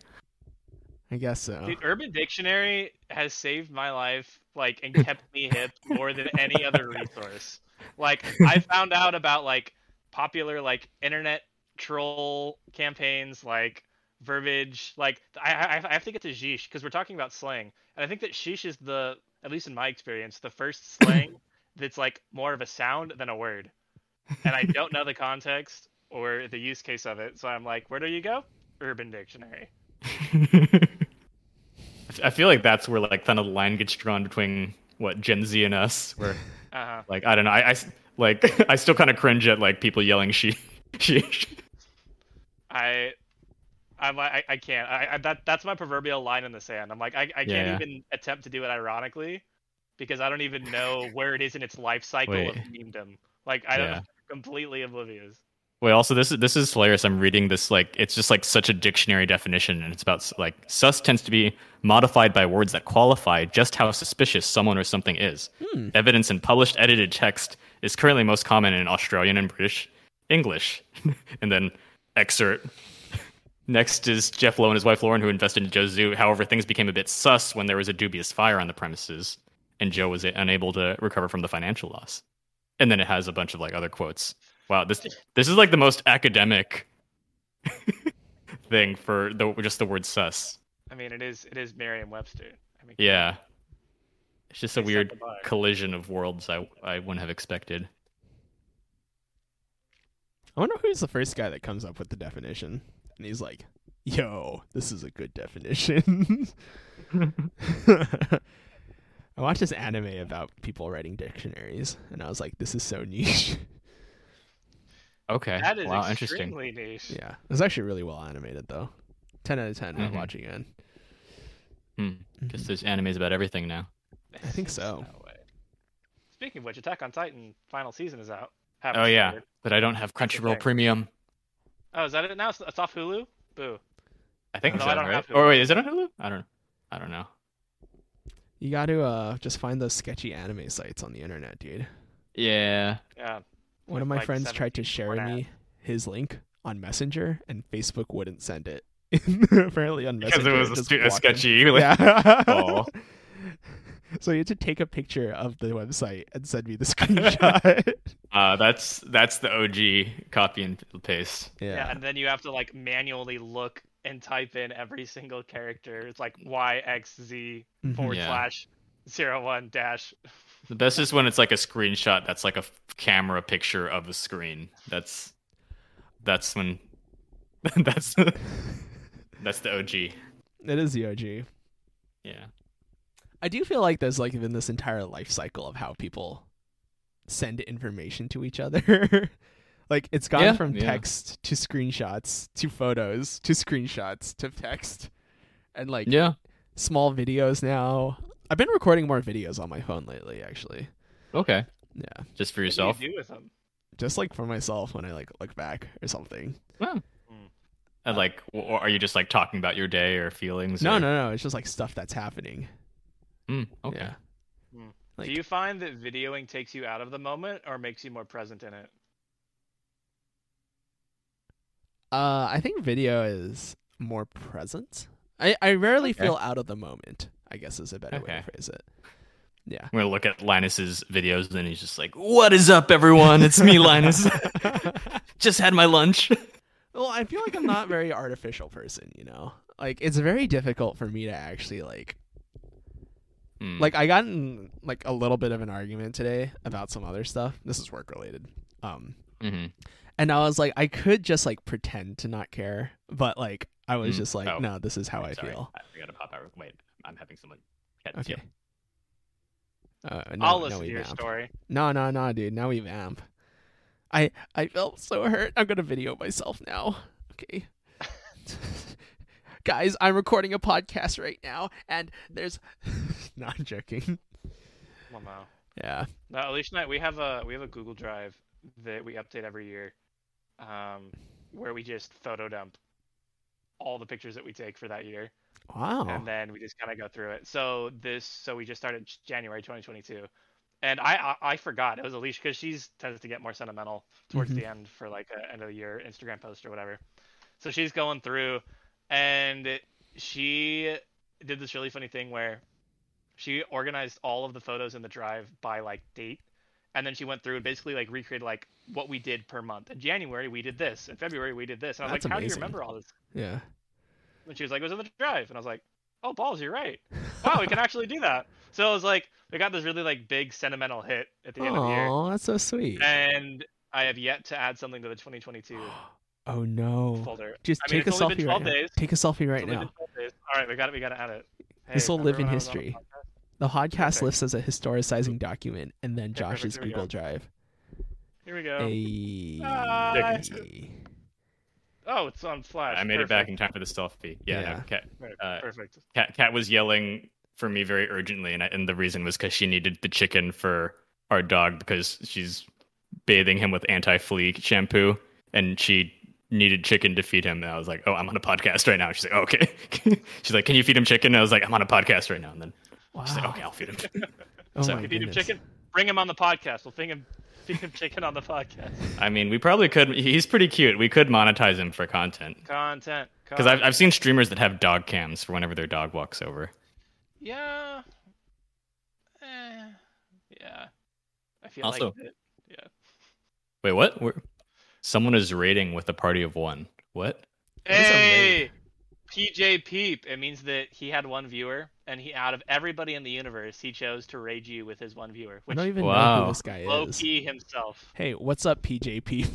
[SPEAKER 1] I guess so.
[SPEAKER 3] Dude, Urban Dictionary has saved my life, like, and kept me hip more than any other resource. Like, I found out about like popular like internet troll campaigns, like verbiage. Like, I I, I have to get to Sheesh because we're talking about slang, and I think that Sheesh is the, at least in my experience, the first slang that's like more of a sound than a word, and I don't know the context or the use case of it. So I'm like, where do you go? Urban Dictionary.
[SPEAKER 2] I feel like that's where like kind of the line gets drawn between what Gen Z and us. Where
[SPEAKER 3] Uh huh.
[SPEAKER 2] like I don't know, I, I s- like I still kind of cringe at like people yelling she she.
[SPEAKER 3] I, I'm like, I, I can't. I, I that that's my proverbial line in the sand. I'm like, I, I can't
[SPEAKER 2] Yeah.
[SPEAKER 3] even attempt to do it ironically, because I don't even know where it is in its life cycle of
[SPEAKER 2] Wait.
[SPEAKER 3] memedom. Like I don't
[SPEAKER 2] Yeah.
[SPEAKER 3] completely oblivious.
[SPEAKER 2] Wait, also this is this is hilarious. I'm reading this like it's just like such a dictionary definition, and it's about like sus tends to be modified by words that qualify just how suspicious someone or something is.
[SPEAKER 1] Hmm.
[SPEAKER 2] Evidence in published edited text is currently most common in Australian and British English, and then excerpt. Next is Jeff Lowe and his wife Lauren, who invested in Joe's zoo. However, things became a bit sus when there was a dubious fire on the premises, and Joe was unable to recover from the financial loss. And then it has a bunch of like other quotes. Wow, this this is like the most academic thing for the just the word sus.
[SPEAKER 3] I mean, it is it is Merriam-Webster. I mean,
[SPEAKER 2] Yeah, it's just a
[SPEAKER 3] They set
[SPEAKER 2] weird
[SPEAKER 3] the bar.
[SPEAKER 2] collision of worlds I I wouldn't have expected.
[SPEAKER 1] I wonder who's the first guy that comes up with the definition. And he's like, yo, this is a good definition. I watched this anime about people writing dictionaries, and I was like, this is so niche.
[SPEAKER 2] Okay,
[SPEAKER 3] that is
[SPEAKER 2] wow, interesting.
[SPEAKER 3] extremely niche.
[SPEAKER 1] yeah. It was actually really well animated, though. 10 out of 10
[SPEAKER 2] Mhm.
[SPEAKER 1] I'm watching it.
[SPEAKER 2] Hmm. Guess there's animes about everything now.
[SPEAKER 1] I think so.
[SPEAKER 3] No way. Speaking of which, Attack on Titan final season is out. Haven't
[SPEAKER 2] Oh yeah,
[SPEAKER 3] started.
[SPEAKER 2] but I don't have Crunchyroll
[SPEAKER 3] thing.
[SPEAKER 2] Premium.
[SPEAKER 3] Oh, is that it now? It's, it's off Hulu. Boo.
[SPEAKER 2] I think
[SPEAKER 3] No,
[SPEAKER 2] so.
[SPEAKER 3] I don't
[SPEAKER 2] right?
[SPEAKER 3] have Hulu.
[SPEAKER 2] Or wait, is it on Hulu? I don't. I don't know.
[SPEAKER 1] You got to uh, just find those sketchy anime sites on the internet, dude.
[SPEAKER 2] Yeah.
[SPEAKER 3] Yeah.
[SPEAKER 1] One of
[SPEAKER 3] With,
[SPEAKER 1] my
[SPEAKER 3] like,
[SPEAKER 1] friends
[SPEAKER 3] 17
[SPEAKER 1] tried to share
[SPEAKER 3] porn
[SPEAKER 1] me his link on Messenger, and Facebook wouldn't send it. Apparently on Messenger,
[SPEAKER 2] Because it was a,
[SPEAKER 1] just
[SPEAKER 2] stu- a
[SPEAKER 1] blocked him.
[SPEAKER 2] sketchy. Like,
[SPEAKER 1] Yeah.
[SPEAKER 2] Aw.
[SPEAKER 1] so you had to take a picture of the website and send me the screenshot.
[SPEAKER 2] uh, that's that's the OG copy and paste.
[SPEAKER 3] Yeah. and then you have to like manually look and type in every single character. It's like YXZ
[SPEAKER 1] Mhm.
[SPEAKER 3] forward
[SPEAKER 2] Yeah.
[SPEAKER 3] slash zero one dash.
[SPEAKER 2] The best is when it's like a screenshot that's like a f- camera picture of the screen. That's that's when that's that's the OG.
[SPEAKER 1] It is the OG.
[SPEAKER 2] Yeah.
[SPEAKER 1] I do feel like there's like been this entire life cycle of how people send information to each other. like it's gone
[SPEAKER 2] Yeah,
[SPEAKER 1] from
[SPEAKER 2] yeah.
[SPEAKER 1] text to screenshots to photos to screenshots to text and like
[SPEAKER 2] Yeah.
[SPEAKER 1] small videos now. I've been recording more videos on my phone lately actually.
[SPEAKER 2] Okay.
[SPEAKER 1] Yeah.
[SPEAKER 2] Just for
[SPEAKER 3] What
[SPEAKER 2] yourself.
[SPEAKER 3] do you do with them?
[SPEAKER 1] Just like for myself when I like look back or something.
[SPEAKER 2] And like, w- or are you just like talking about your day or feelings?
[SPEAKER 1] No,
[SPEAKER 2] or...
[SPEAKER 1] no, no. It's just like stuff that's happening.
[SPEAKER 2] Mm, okay.
[SPEAKER 1] Yeah.
[SPEAKER 3] Hmm.
[SPEAKER 1] Like,
[SPEAKER 3] do you find that videoing takes you out of the moment or makes you more present in it?
[SPEAKER 1] uh, I think video is more present. I, I rarely
[SPEAKER 2] Okay.
[SPEAKER 1] feel out of the moment, I guess is a better way
[SPEAKER 2] Okay.
[SPEAKER 1] to phrase it. Yeah.
[SPEAKER 2] I'm gonna look at Linus's videos, and then he's just like, "What is up, everyone? It's me, Linus. just had my lunch."
[SPEAKER 1] Well, I feel like I'm not a very artificial person, you know? Like, it's very difficult for me to actually, like,
[SPEAKER 2] Hmm.
[SPEAKER 1] like I got in, like, a little bit of an argument today about some other stuff. This is work related. Um,
[SPEAKER 2] Mhm.
[SPEAKER 1] And I was like, I could just like pretend to not care, but like I was
[SPEAKER 2] Mm.
[SPEAKER 1] just like,
[SPEAKER 2] Oh.
[SPEAKER 1] no, this is how I
[SPEAKER 2] Sorry,
[SPEAKER 1] feel.
[SPEAKER 2] I forgot to pop out. Wait, I'm having someone. catch
[SPEAKER 1] Okay.
[SPEAKER 2] you.
[SPEAKER 1] Uh,
[SPEAKER 3] I'll
[SPEAKER 1] now, now
[SPEAKER 3] listen
[SPEAKER 1] we
[SPEAKER 3] to your
[SPEAKER 1] vamp.
[SPEAKER 3] story.
[SPEAKER 1] No, no, no, E dude. Now we vamp. I I felt so hurt. I'm gonna video myself now. Okay. Guys, I'm recording a podcast right now, and there's. no, I'm joking.
[SPEAKER 3] Well, no.
[SPEAKER 1] Yeah.
[SPEAKER 3] No, Alicia and I, we have a we have a Google Drive that we update every year, um, where we just photo dump all the pictures that we take for that year,
[SPEAKER 1] Wow.
[SPEAKER 3] and then we just kind of go through it. So this, so we just started j- January 2022, and I I, I forgot it was Alicia because she's tends to get more sentimental towards
[SPEAKER 1] Mhm.
[SPEAKER 3] the end for like a end of the year Instagram post or whatever. So she's going through, and she did this really funny thing where she organized all of the photos in the drive by like date and then she went through and basically like recreated like what we did per month in january we did this in february we did this and i was
[SPEAKER 1] That's
[SPEAKER 3] like how do
[SPEAKER 1] amazing.
[SPEAKER 3] you remember all this
[SPEAKER 1] Yeah.
[SPEAKER 3] and she was like it was in the drive and i was like oh balls you're right wow we can actually do that so it was like we got this really like big sentimental hit at the end of the year
[SPEAKER 1] Oh, that's so sweet.
[SPEAKER 3] and i have yet to add something to the 2022
[SPEAKER 1] Oh no.
[SPEAKER 3] folder
[SPEAKER 1] Just
[SPEAKER 3] I mean,
[SPEAKER 1] take a
[SPEAKER 3] it's only been
[SPEAKER 1] selfie right
[SPEAKER 3] 12
[SPEAKER 1] now.
[SPEAKER 3] days.
[SPEAKER 1] Take a selfie right
[SPEAKER 3] It's only
[SPEAKER 1] now.
[SPEAKER 3] been 12 days. all right we got it we got to add it Hey,
[SPEAKER 1] This will live
[SPEAKER 3] remember
[SPEAKER 1] in
[SPEAKER 3] when I was on the
[SPEAKER 1] history.
[SPEAKER 3] podcast?
[SPEAKER 1] The podcast
[SPEAKER 3] Okay.
[SPEAKER 1] lives as a historicizing document, and then
[SPEAKER 3] Okay,
[SPEAKER 1] Josh's
[SPEAKER 3] perfect. Here we
[SPEAKER 1] Google
[SPEAKER 3] go.
[SPEAKER 1] Drive.
[SPEAKER 3] here we go
[SPEAKER 1] Ayy.
[SPEAKER 3] Ah, oh it's on flash
[SPEAKER 2] I made it back
[SPEAKER 3] Perfect.
[SPEAKER 2] in time for the selfie. Yeah,
[SPEAKER 1] Yeah.
[SPEAKER 2] No, cat,
[SPEAKER 3] Right,
[SPEAKER 2] uh,
[SPEAKER 3] perfect
[SPEAKER 2] cat, cat was yelling for me very urgently, and I, and the reason was because she needed the chicken for our dog because she's bathing him with anti flea shampoo, and she needed chicken to feed him. And I was like, "Oh, I'm on a podcast right now." She's like, oh, "Okay." she's like, "Can you feed him chicken?" And I was like, "I'm on a podcast right now." And then
[SPEAKER 1] Wow.
[SPEAKER 2] she's like, "Okay, I'll feed him."
[SPEAKER 1] Oh
[SPEAKER 2] so
[SPEAKER 1] my
[SPEAKER 3] If you feed him
[SPEAKER 1] goodness.
[SPEAKER 3] chicken, bring him on the podcast. We'll feed him, feed him chicken on the podcast.
[SPEAKER 2] I mean, we probably could. He's pretty cute. We could monetize him for content.
[SPEAKER 3] Content.
[SPEAKER 2] Because I've, I've seen streamers that have dog cams for whenever their dog walks over.
[SPEAKER 3] yeah, eh, yeah. I feel
[SPEAKER 2] Also-
[SPEAKER 3] like that- yeah.
[SPEAKER 2] Wait, what? Where? Someone is raiding with a party of one. What?
[SPEAKER 1] is a
[SPEAKER 3] Hey, PJ Peep. It means that he had one viewer, and he out of everybody in the universe, he chose to rage you with his one viewer,
[SPEAKER 1] I
[SPEAKER 3] which
[SPEAKER 1] don't even know
[SPEAKER 2] Wow.
[SPEAKER 1] who this guy
[SPEAKER 3] low
[SPEAKER 1] is.
[SPEAKER 3] key himself.
[SPEAKER 1] Hey, what's up, PJ Peep?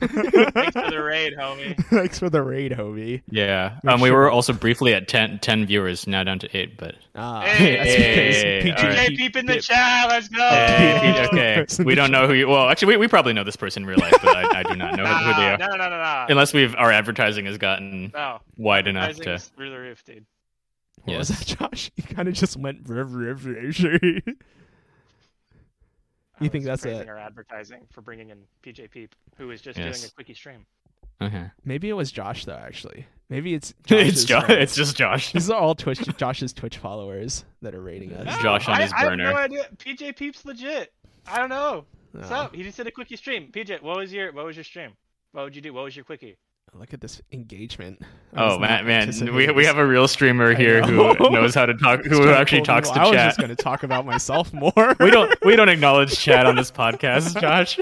[SPEAKER 3] Thanks for the raid, homie.
[SPEAKER 1] Thanks for the raid, homie.
[SPEAKER 2] Yeah.
[SPEAKER 1] We
[SPEAKER 2] Um, we
[SPEAKER 1] should-
[SPEAKER 2] were also briefly at 10, 10 viewers, now down to eight. But
[SPEAKER 1] Ah,
[SPEAKER 3] Hey,
[SPEAKER 1] that's
[SPEAKER 2] hey,
[SPEAKER 1] because
[SPEAKER 2] all
[SPEAKER 1] PJ
[SPEAKER 2] right.
[SPEAKER 3] PJ
[SPEAKER 1] Peep
[SPEAKER 3] Peep in the
[SPEAKER 1] did-
[SPEAKER 3] chat. Let's go.
[SPEAKER 2] Hey, okay,
[SPEAKER 1] Person
[SPEAKER 2] we don't know who you. Well, actually, we, we probably know this person in real life, but I, I do not know
[SPEAKER 3] Nah,
[SPEAKER 2] who they are.
[SPEAKER 3] No, no, no, no, no.
[SPEAKER 2] Unless we've our advertising has gotten
[SPEAKER 3] No.
[SPEAKER 2] wide enough to.
[SPEAKER 3] Rising's through the roof, dude.
[SPEAKER 1] What was
[SPEAKER 2] Yes.
[SPEAKER 1] that, Josh? You kind of just went riv, riv, riv, riv. You
[SPEAKER 3] I
[SPEAKER 1] think
[SPEAKER 3] was
[SPEAKER 1] that's
[SPEAKER 3] praising
[SPEAKER 1] it?
[SPEAKER 3] Our advertising for bringing in PJ Peep, who is just
[SPEAKER 2] Yes.
[SPEAKER 3] doing a quickie stream.
[SPEAKER 2] Okay.
[SPEAKER 1] Maybe it was Josh though. Actually, maybe it's Josh's
[SPEAKER 2] it's Josh.
[SPEAKER 1] friends.
[SPEAKER 2] It's just Josh.
[SPEAKER 1] These are all Twitch Josh's Twitch followers that are rating us.
[SPEAKER 2] No, Josh on
[SPEAKER 3] I,
[SPEAKER 2] his
[SPEAKER 3] I
[SPEAKER 2] burner.
[SPEAKER 3] have no idea. PJ Peep's legit. I don't know. What's
[SPEAKER 1] Oh,
[SPEAKER 3] up? He just did a quickie stream. PJ, what was your what was your stream? What would you do? What was your quickie?
[SPEAKER 1] look at this engagement. I
[SPEAKER 2] Oh
[SPEAKER 1] was not
[SPEAKER 2] man, man, we
[SPEAKER 1] anticipating
[SPEAKER 2] we
[SPEAKER 1] this.
[SPEAKER 2] have a real streamer
[SPEAKER 1] I
[SPEAKER 2] here
[SPEAKER 1] know.
[SPEAKER 2] who knows how to talk,
[SPEAKER 1] It's
[SPEAKER 2] who
[SPEAKER 1] kinda
[SPEAKER 2] actually
[SPEAKER 1] cool.
[SPEAKER 2] talks to
[SPEAKER 1] I was
[SPEAKER 2] chat.
[SPEAKER 1] just gonna talk about myself more.
[SPEAKER 2] We don't we don't acknowledge chat on this podcast, Josh.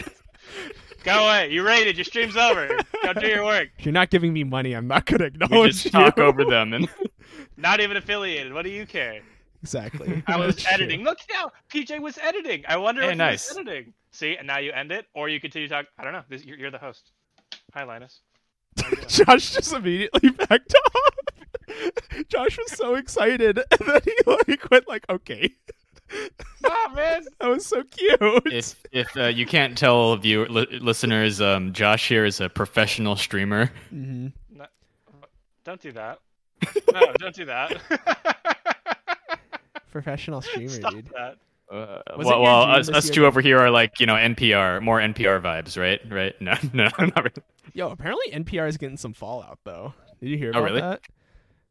[SPEAKER 3] Go away. You rated. Your stream's over. Go do your work.
[SPEAKER 1] If you're not giving me money, I'm not gonna
[SPEAKER 2] We
[SPEAKER 1] acknowledge
[SPEAKER 2] just talk
[SPEAKER 1] Oh, you.
[SPEAKER 2] over them, and
[SPEAKER 3] Not even affiliated. What do you care?
[SPEAKER 1] Exactly.
[SPEAKER 3] I was
[SPEAKER 1] That's true.
[SPEAKER 3] editing. Look now, PJ was editing. I wonder
[SPEAKER 2] Hey,
[SPEAKER 3] if he was
[SPEAKER 2] nice.
[SPEAKER 3] editing. See, and now you end it, or you continue to talk. I don't know. This, you're, you're the host. Hi, Linus. How you doing?
[SPEAKER 1] Josh just immediately backed off. Josh was so excited, and then he like went like, "Okay,
[SPEAKER 3] Nah, man.
[SPEAKER 1] that was so cute."
[SPEAKER 2] if if uh, you can't tell viewer li- listeners, um, Josh here is a professional streamer.
[SPEAKER 1] hmm
[SPEAKER 3] Don't do that. No, don't do that.
[SPEAKER 1] Professional streamer,
[SPEAKER 3] Stop
[SPEAKER 1] dude.
[SPEAKER 3] that.
[SPEAKER 2] Uh,
[SPEAKER 1] Was it your
[SPEAKER 2] well, well,
[SPEAKER 1] dream
[SPEAKER 2] us,
[SPEAKER 1] this
[SPEAKER 2] us
[SPEAKER 1] year
[SPEAKER 2] two over here are like you know NPR, more NPR vibes, right? Right? No, no, not really.
[SPEAKER 1] Yo, apparently NPR is getting some fallout though. Did you hear
[SPEAKER 2] Oh,
[SPEAKER 1] about
[SPEAKER 2] really?
[SPEAKER 1] that?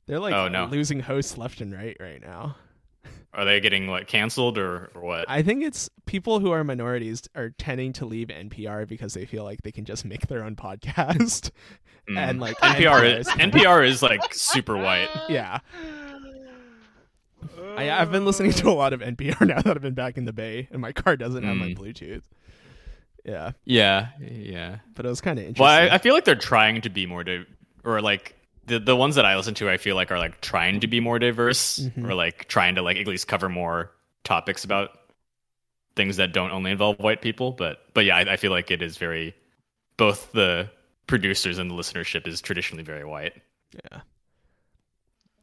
[SPEAKER 1] They're like
[SPEAKER 2] Oh, no.
[SPEAKER 1] losing hosts left and right right now.
[SPEAKER 2] Are they getting like canceled or, or what?
[SPEAKER 1] I think it's people who are minorities are tending to leave NPR because they feel like they can just make their own podcast.
[SPEAKER 2] Mm.
[SPEAKER 1] And like
[SPEAKER 2] NPR is
[SPEAKER 1] NPR
[SPEAKER 2] NPR is like super white.
[SPEAKER 1] yeah. I, I've been listening to a lot of NPR now that I've been back in the Bay, and my car doesn't have my
[SPEAKER 2] Mm.
[SPEAKER 1] Bluetooth. Yeah,
[SPEAKER 2] Yeah, yeah.
[SPEAKER 1] but it was kind of interesting.
[SPEAKER 2] Well, I, I feel like they're trying to be more di- or like the the ones that I listen to, I feel like are like trying to be more diverse
[SPEAKER 1] Mhm.
[SPEAKER 2] or like trying to like at least cover more topics about things that don't only involve white people. But but yeah, I, I feel like it is very both the producers and the listenership is traditionally very white.
[SPEAKER 1] Yeah.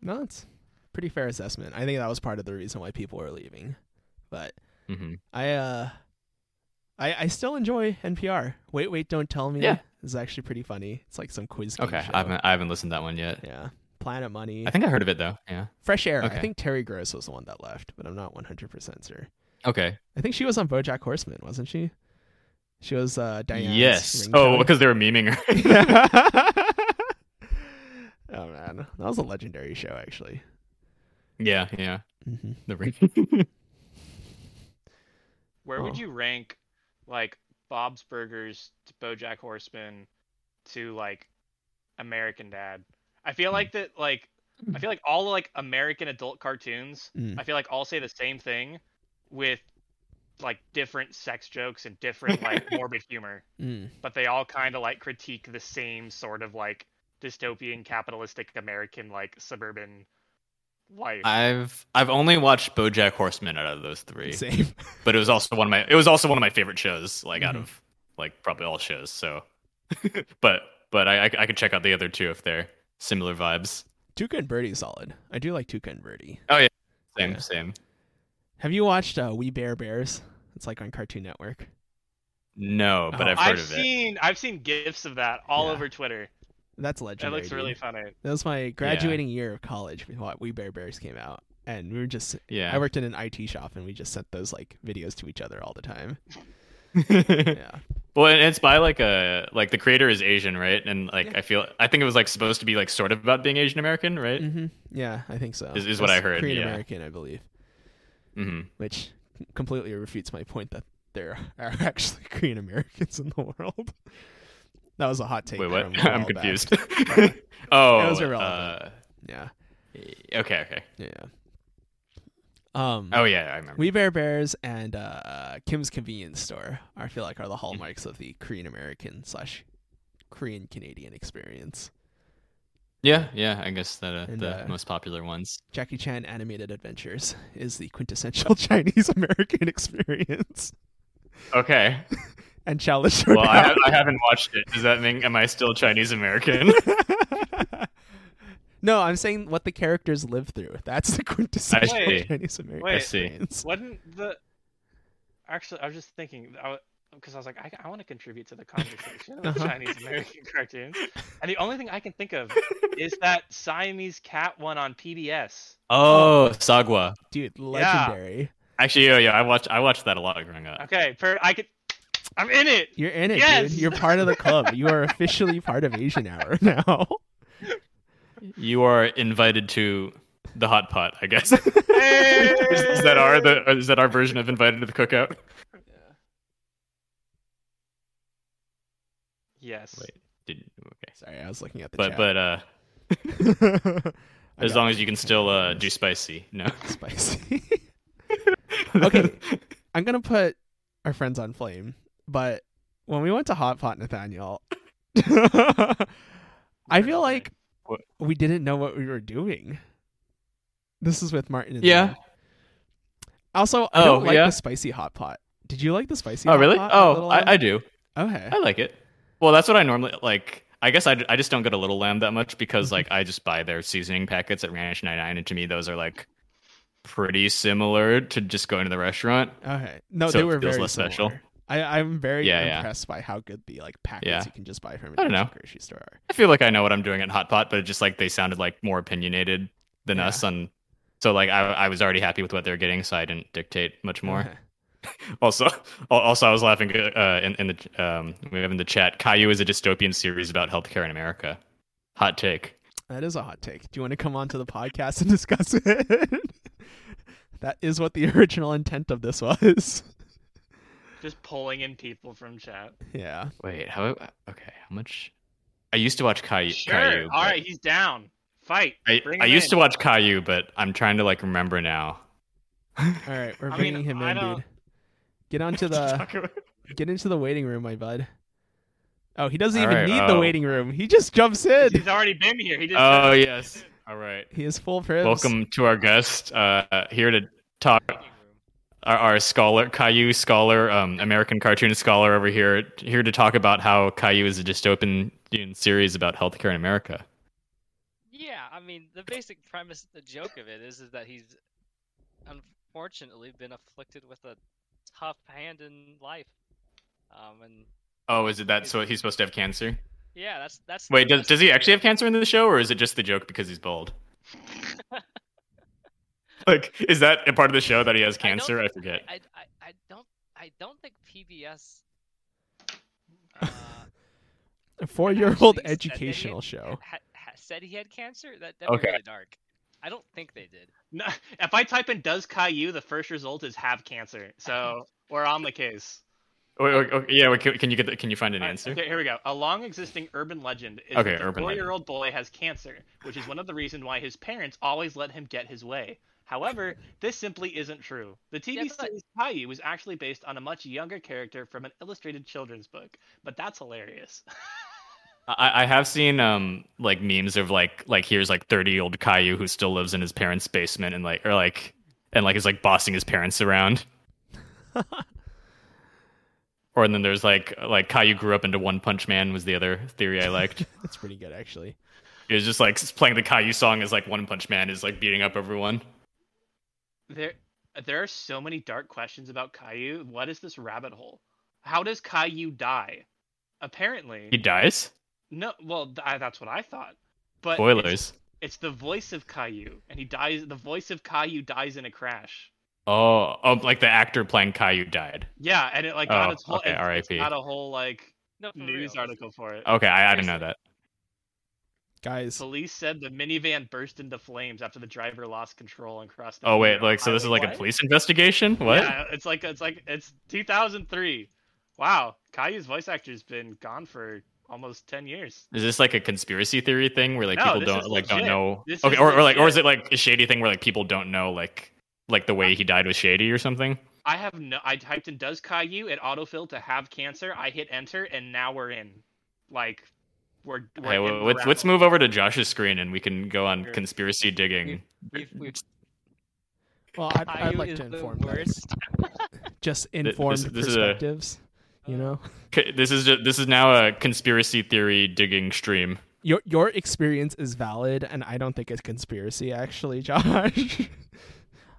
[SPEAKER 1] No, it's pretty fair assessment. I think that was part of the reason why people were leaving. But
[SPEAKER 2] hmm
[SPEAKER 1] I uh I I still enjoy NPR. Wait, wait, don't tell me.
[SPEAKER 2] Yeah.
[SPEAKER 1] It's actually pretty funny. It's like some quiz game
[SPEAKER 2] Okay,
[SPEAKER 1] show.
[SPEAKER 2] I haven't I haven't listened to that one yet.
[SPEAKER 1] Yeah. Planet Money.
[SPEAKER 2] I think I heard of it though. Yeah.
[SPEAKER 1] Fresh Air. I
[SPEAKER 2] okay.
[SPEAKER 1] think Terry Gross was the one that left, but I'm not 100% sure.
[SPEAKER 2] Okay.
[SPEAKER 1] I think she was on BoJack Horseman, wasn't she? She was uh Diane.
[SPEAKER 2] yes. Oh, because they were memeing her.
[SPEAKER 1] oh man, that was a legendary show actually.
[SPEAKER 2] yeah, yeah.
[SPEAKER 1] Mm-hmm.
[SPEAKER 2] The ring.
[SPEAKER 3] Where would
[SPEAKER 2] Oh.
[SPEAKER 3] you rank like Bob's Burgers to BoJack Horseman to like American Dad? I feel like that like I feel like all like American adult cartoons,
[SPEAKER 1] Mm.
[SPEAKER 3] I feel like all say the same thing with like different sex jokes and different like morbid humor,
[SPEAKER 1] Mm.
[SPEAKER 3] but they all kind of like critique the same sort of like dystopian capitalistic American like suburban life.
[SPEAKER 2] I've I've only watched BoJack Horseman out of those three,
[SPEAKER 1] Same.
[SPEAKER 2] but it was also one of my it was also one of my favorite shows, like out
[SPEAKER 1] Mhm.
[SPEAKER 2] of like probably all shows. So, but but I I, I could check out the other two if they're similar vibes.
[SPEAKER 1] Tuca and Birdie's solid. I do like Tuca and Birdie.
[SPEAKER 2] Same
[SPEAKER 1] Yeah.
[SPEAKER 2] same.
[SPEAKER 1] Have you watched uh, We Bear Bears? It's like on Cartoon Network.
[SPEAKER 2] No, but
[SPEAKER 1] Oh.
[SPEAKER 2] I've heard
[SPEAKER 3] I've
[SPEAKER 2] of it.
[SPEAKER 3] seen I've seen gifs of that all
[SPEAKER 1] Yeah.
[SPEAKER 3] over Twitter.
[SPEAKER 1] That's
[SPEAKER 3] That
[SPEAKER 1] legendary.
[SPEAKER 3] looks really
[SPEAKER 1] dude.
[SPEAKER 3] funny.
[SPEAKER 1] That was my graduating year of college. We wa- We Bear Bears came out, and we were just.
[SPEAKER 2] Yeah.
[SPEAKER 1] I worked in an IT shop, and we just sent those like videos to each other all the time. Yeah.
[SPEAKER 2] well, and it's by like a like the creator is Asian, right? And like
[SPEAKER 1] Yeah.
[SPEAKER 2] I feel I think it was like supposed to be like sort of about being Asian American, right?
[SPEAKER 1] hmm Yeah, I think so.
[SPEAKER 2] Is- is what I heard,
[SPEAKER 1] Korean
[SPEAKER 2] yeah.
[SPEAKER 1] American, I believe. Mm-hmm.
[SPEAKER 2] hmm
[SPEAKER 1] which completely refutes my point that there are actually Korean Americans in the world. That was a hot take.
[SPEAKER 2] Wait,
[SPEAKER 1] from a
[SPEAKER 2] what?
[SPEAKER 1] while
[SPEAKER 2] I'm
[SPEAKER 1] back.
[SPEAKER 2] confused. oh,
[SPEAKER 1] It was
[SPEAKER 2] uh,
[SPEAKER 1] irrelevant. Yeah,
[SPEAKER 2] okay, okay.
[SPEAKER 1] yeah. Um,
[SPEAKER 2] Oh yeah, I remember.
[SPEAKER 1] We Bear Bears and uh, Kim's Convenience Store, I feel like, are the hallmarks of the Korean American slash Korean Canadian experience.
[SPEAKER 2] Yeah, yeah. I guess that uh,
[SPEAKER 1] And,
[SPEAKER 2] the
[SPEAKER 1] uh,
[SPEAKER 2] most popular ones.
[SPEAKER 1] Jackie Chan Animated Adventures is the quintessential Chinese American experience,
[SPEAKER 2] Okay.
[SPEAKER 1] and Chalice Showdown.
[SPEAKER 2] Well, I, I haven't watched it. Does that mean am I still Chinese American?
[SPEAKER 1] no, I'm saying what the characters live through. That's the quintessential
[SPEAKER 2] I see.
[SPEAKER 1] Chinese American
[SPEAKER 3] Wait. I
[SPEAKER 2] see.
[SPEAKER 1] experience.
[SPEAKER 3] Wasn't the actually? I was just thinking because I, was like, I, I want to contribute to the conversation of
[SPEAKER 1] Uh-huh.
[SPEAKER 3] Chinese American cartoons, and the only thing I can think of is that Siamese cat one on PBS.
[SPEAKER 2] oh, Sagwa.
[SPEAKER 1] Dude, legendary.
[SPEAKER 2] Actually, yeah, yeah. I watched I watched that a lot growing up.
[SPEAKER 3] Okay, per I could, I'm in it.
[SPEAKER 1] You're in it,
[SPEAKER 3] Yes!
[SPEAKER 1] dude. You're part of the club. You are officially part of Asian Hour now.
[SPEAKER 2] You are invited to the hot pot, I guess. is,
[SPEAKER 3] Hey!
[SPEAKER 2] is that our the, is that our version of invited to the cookout?
[SPEAKER 3] Yes.
[SPEAKER 2] Wait. Did, okay.
[SPEAKER 1] Sorry, I was looking at the
[SPEAKER 2] But but uh,
[SPEAKER 1] but
[SPEAKER 2] as long as you can still uh, do spicy. No.
[SPEAKER 1] spicy. Okay. I'm gonna put our friends on flame, but when we went to Hot Pot Nathaniel, I feel like
[SPEAKER 2] What?
[SPEAKER 1] we didn't know what we were doing. This is with Martin. And
[SPEAKER 2] Yeah.
[SPEAKER 1] Leanne. Also, I
[SPEAKER 2] Oh,
[SPEAKER 1] don't like
[SPEAKER 2] yeah.
[SPEAKER 1] the spicy hot pot. Did you like the spicy?
[SPEAKER 2] oh
[SPEAKER 1] hot
[SPEAKER 2] really?
[SPEAKER 1] pot,
[SPEAKER 2] Oh,
[SPEAKER 1] Little
[SPEAKER 2] I, I
[SPEAKER 1] Lamb?
[SPEAKER 2] do.
[SPEAKER 1] okay.
[SPEAKER 2] I like it. Well, that's what I normally like. I guess I, I just don't get a little lamb that much
[SPEAKER 1] Mm-hmm.
[SPEAKER 2] because like I just buy their seasoning packets at Ranch 99, and to me those are like pretty similar to just going to the restaurant.
[SPEAKER 1] Okay. No,
[SPEAKER 2] So
[SPEAKER 1] they
[SPEAKER 2] it
[SPEAKER 1] were
[SPEAKER 2] feels
[SPEAKER 1] very
[SPEAKER 2] less special.
[SPEAKER 1] similar. I, I'm very
[SPEAKER 2] Yeah, yeah.
[SPEAKER 1] impressed by how good the like packets
[SPEAKER 2] Yeah.
[SPEAKER 1] you can just buy from
[SPEAKER 2] I don't
[SPEAKER 1] a
[SPEAKER 2] know.
[SPEAKER 1] grocery store are.
[SPEAKER 2] I feel like I know what I'm doing at Hot Pot, but it just like they sounded like more opinionated than
[SPEAKER 1] Yeah.
[SPEAKER 2] us on. So like I, I was already happy with what they're getting, so I didn't dictate much more.
[SPEAKER 1] Okay.
[SPEAKER 2] Also, al- also I was laughing uh, in, in the um, we have in the chat. Caillou is a dystopian series about healthcare in America. Hot take.
[SPEAKER 1] That is a hot take. Do you want to come on to the podcast and discuss it? that is what the original intent of this was.
[SPEAKER 3] Just pulling in people from chat.
[SPEAKER 1] Yeah.
[SPEAKER 2] Wait, how? uh, Okay, how much? I used to watch Caillou.
[SPEAKER 3] Sure.
[SPEAKER 2] Caillou,
[SPEAKER 3] All
[SPEAKER 2] but-
[SPEAKER 3] right, he's down. Fight.
[SPEAKER 2] I,
[SPEAKER 3] Bring
[SPEAKER 2] I
[SPEAKER 3] him
[SPEAKER 2] used
[SPEAKER 3] in.
[SPEAKER 2] to watch Caillou, but I'm trying to like remember now.
[SPEAKER 1] All right, we're
[SPEAKER 3] I mean,
[SPEAKER 1] bringing him
[SPEAKER 3] I
[SPEAKER 1] in,
[SPEAKER 3] don't-
[SPEAKER 1] dude. Get onto the get into the waiting room, my bud. Oh, he doesn't
[SPEAKER 2] All
[SPEAKER 1] even
[SPEAKER 2] right,
[SPEAKER 1] need the
[SPEAKER 2] well-
[SPEAKER 1] waiting room. He just jumps in.
[SPEAKER 3] He's already been here. He just
[SPEAKER 2] oh yes. All right.
[SPEAKER 1] He is full pribs.
[SPEAKER 2] Welcome to our guest. Uh, here to talk. our, our scholar Caillou scholar, um, American cartoon scholar over here, here to talk about how Caillou is a dystopian series about healthcare in America.
[SPEAKER 5] Yeah, I mean the basic premise, the joke of it is, is that he's unfortunately been afflicted with a tough hand in life, um, and
[SPEAKER 2] Oh, is it that? So he's supposed to have cancer.
[SPEAKER 5] yeah, that's that's.
[SPEAKER 2] Wait, does does he actually have cancer in the show, or is it just the joke because he's bald? like, is that a part of the show that he has
[SPEAKER 5] I don't
[SPEAKER 2] cancer? I,
[SPEAKER 5] think-
[SPEAKER 2] forget.
[SPEAKER 5] I, I, I don't I don't think PBS. Uh,
[SPEAKER 1] A four year old
[SPEAKER 5] actually said that he had-
[SPEAKER 1] educational show.
[SPEAKER 5] ha- ha- said he had cancer. That that'd
[SPEAKER 2] Okay.
[SPEAKER 5] be really dark. I don't think they did.
[SPEAKER 3] No, if I type in "does Caillou," the first result is "have cancer." So we're on the case.
[SPEAKER 2] Wait, wait, okay, yeah, wait, can, can you get? The, can you find an
[SPEAKER 3] All right,
[SPEAKER 2] answer?
[SPEAKER 3] Okay, here we go. A long existing urban legend is
[SPEAKER 2] Okay,
[SPEAKER 3] that the
[SPEAKER 2] urban legend.
[SPEAKER 3] four-year-old boy has cancer, which is one of the reasons why his parents always let him get his way. However, this simply isn't true. The TV
[SPEAKER 5] Yeah, but-
[SPEAKER 3] series Caillou was actually based on a much younger character from an illustrated children's book, but that's hilarious.
[SPEAKER 2] I, I have seen um like memes of like like here's like 30 year old Caillou who still lives in his parents' basement and like or like and like is like bossing his parents around. or and then there's like like Caillou grew up into One Punch Man was the other theory I liked.
[SPEAKER 1] That's pretty good, actually.
[SPEAKER 2] It was just like playing the Caillou song as like One Punch Man is like beating up everyone.
[SPEAKER 3] There, there are so many dark questions about Caillou. What is this rabbit hole? How does Caillou die? Apparently,
[SPEAKER 2] He dies.
[SPEAKER 3] no. Well, th- I, that's what I thought. But it's-
[SPEAKER 2] Spoilers.
[SPEAKER 3] It's the voice of Caillou, and he dies. The voice of Caillou dies in a crash.
[SPEAKER 2] Oh, oh, like the actor playing Caillou died.
[SPEAKER 3] Yeah, and it like got
[SPEAKER 2] Oh,
[SPEAKER 3] its whole.
[SPEAKER 2] okay,
[SPEAKER 3] it's- it's
[SPEAKER 2] RIP.
[SPEAKER 3] got a whole like
[SPEAKER 5] No for
[SPEAKER 3] news
[SPEAKER 5] real.
[SPEAKER 3] article for it.
[SPEAKER 2] Okay, I, I didn't know that.
[SPEAKER 1] Guys,
[SPEAKER 3] Police said the minivan burst into flames after the driver lost control and crossed. the
[SPEAKER 2] Oh wait,
[SPEAKER 3] Colorado
[SPEAKER 2] like so this is
[SPEAKER 3] highway.
[SPEAKER 2] like a
[SPEAKER 3] What?
[SPEAKER 2] police investigation? What?
[SPEAKER 3] Yeah, it's like it's like it's 2003. Wow, Caillou's voice actor's been gone for almost 10 years.
[SPEAKER 2] Is this like a conspiracy theory thing where like
[SPEAKER 3] No,
[SPEAKER 2] people
[SPEAKER 3] this
[SPEAKER 2] don't
[SPEAKER 3] is
[SPEAKER 2] like don't
[SPEAKER 3] legit.
[SPEAKER 2] know?
[SPEAKER 3] This
[SPEAKER 2] okay,
[SPEAKER 3] is
[SPEAKER 2] or, or like or is
[SPEAKER 3] legit.
[SPEAKER 2] it like a shady thing where like people don't know like like the way he died was shady or something?
[SPEAKER 3] I have no. I typed in "does Caillou" it autofilled to have cancer. I hit enter, and now we're in. Like, we're. we're
[SPEAKER 2] Okay,
[SPEAKER 3] in
[SPEAKER 2] well,
[SPEAKER 3] the
[SPEAKER 2] let's let's
[SPEAKER 3] rabbit
[SPEAKER 2] move over to Josh's screen and we can go on
[SPEAKER 5] Sure.
[SPEAKER 2] conspiracy digging.
[SPEAKER 5] We've, we've,
[SPEAKER 1] well, I'd, I'd
[SPEAKER 5] Caillou
[SPEAKER 1] like
[SPEAKER 5] is
[SPEAKER 1] to
[SPEAKER 5] the
[SPEAKER 1] inform guys.
[SPEAKER 5] worst.
[SPEAKER 1] just
[SPEAKER 2] this-
[SPEAKER 1] informed
[SPEAKER 2] this is a-
[SPEAKER 1] perspectives. You know,
[SPEAKER 2] Okay, This is ju- this is now a conspiracy theory digging stream.
[SPEAKER 1] your your experience is valid, and I don't think it's conspiracy. Actually, Josh,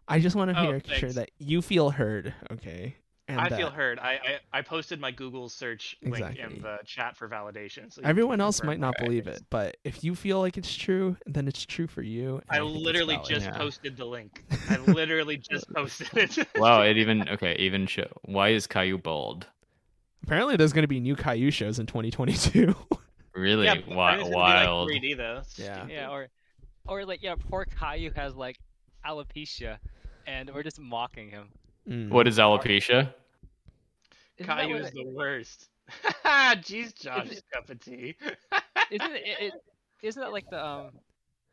[SPEAKER 1] I just want to
[SPEAKER 3] Oh,
[SPEAKER 1] make sure
[SPEAKER 3] thanks.
[SPEAKER 1] that you feel heard. Okay, and
[SPEAKER 3] I
[SPEAKER 1] that
[SPEAKER 3] feel heard. I, I I posted my Google search link
[SPEAKER 1] Exactly.
[SPEAKER 3] in the chat for validation. So you can
[SPEAKER 1] everyone
[SPEAKER 3] confirm
[SPEAKER 1] else might not
[SPEAKER 3] my
[SPEAKER 1] believe
[SPEAKER 3] findings.
[SPEAKER 1] it, but if you feel like it's true, then it's true for you. and
[SPEAKER 3] I
[SPEAKER 1] think it's
[SPEAKER 3] literally
[SPEAKER 1] valid.
[SPEAKER 3] just
[SPEAKER 2] Yeah.
[SPEAKER 3] posted the link. I literally just posted it.
[SPEAKER 2] Wow, it even okay even show. Why is Caillou bald?
[SPEAKER 1] apparently there's going to be new Caillou shows in 2022.
[SPEAKER 2] Really
[SPEAKER 3] yeah, but
[SPEAKER 2] wi-
[SPEAKER 3] mine is gonna be, like,
[SPEAKER 2] wild.
[SPEAKER 3] 3D though. It's
[SPEAKER 1] Yeah.
[SPEAKER 3] stupid.
[SPEAKER 5] Yeah, or or like yeah, poor Caillou has like alopecia, and we're just mocking him.
[SPEAKER 1] Mm.
[SPEAKER 2] what is alopecia?
[SPEAKER 5] Isn't that
[SPEAKER 3] Caillou
[SPEAKER 5] what
[SPEAKER 3] is
[SPEAKER 5] it-
[SPEAKER 3] the worst. Jeez, Josh's
[SPEAKER 5] it-
[SPEAKER 3] cup of tea.
[SPEAKER 5] isn't it, it, isn't that like the um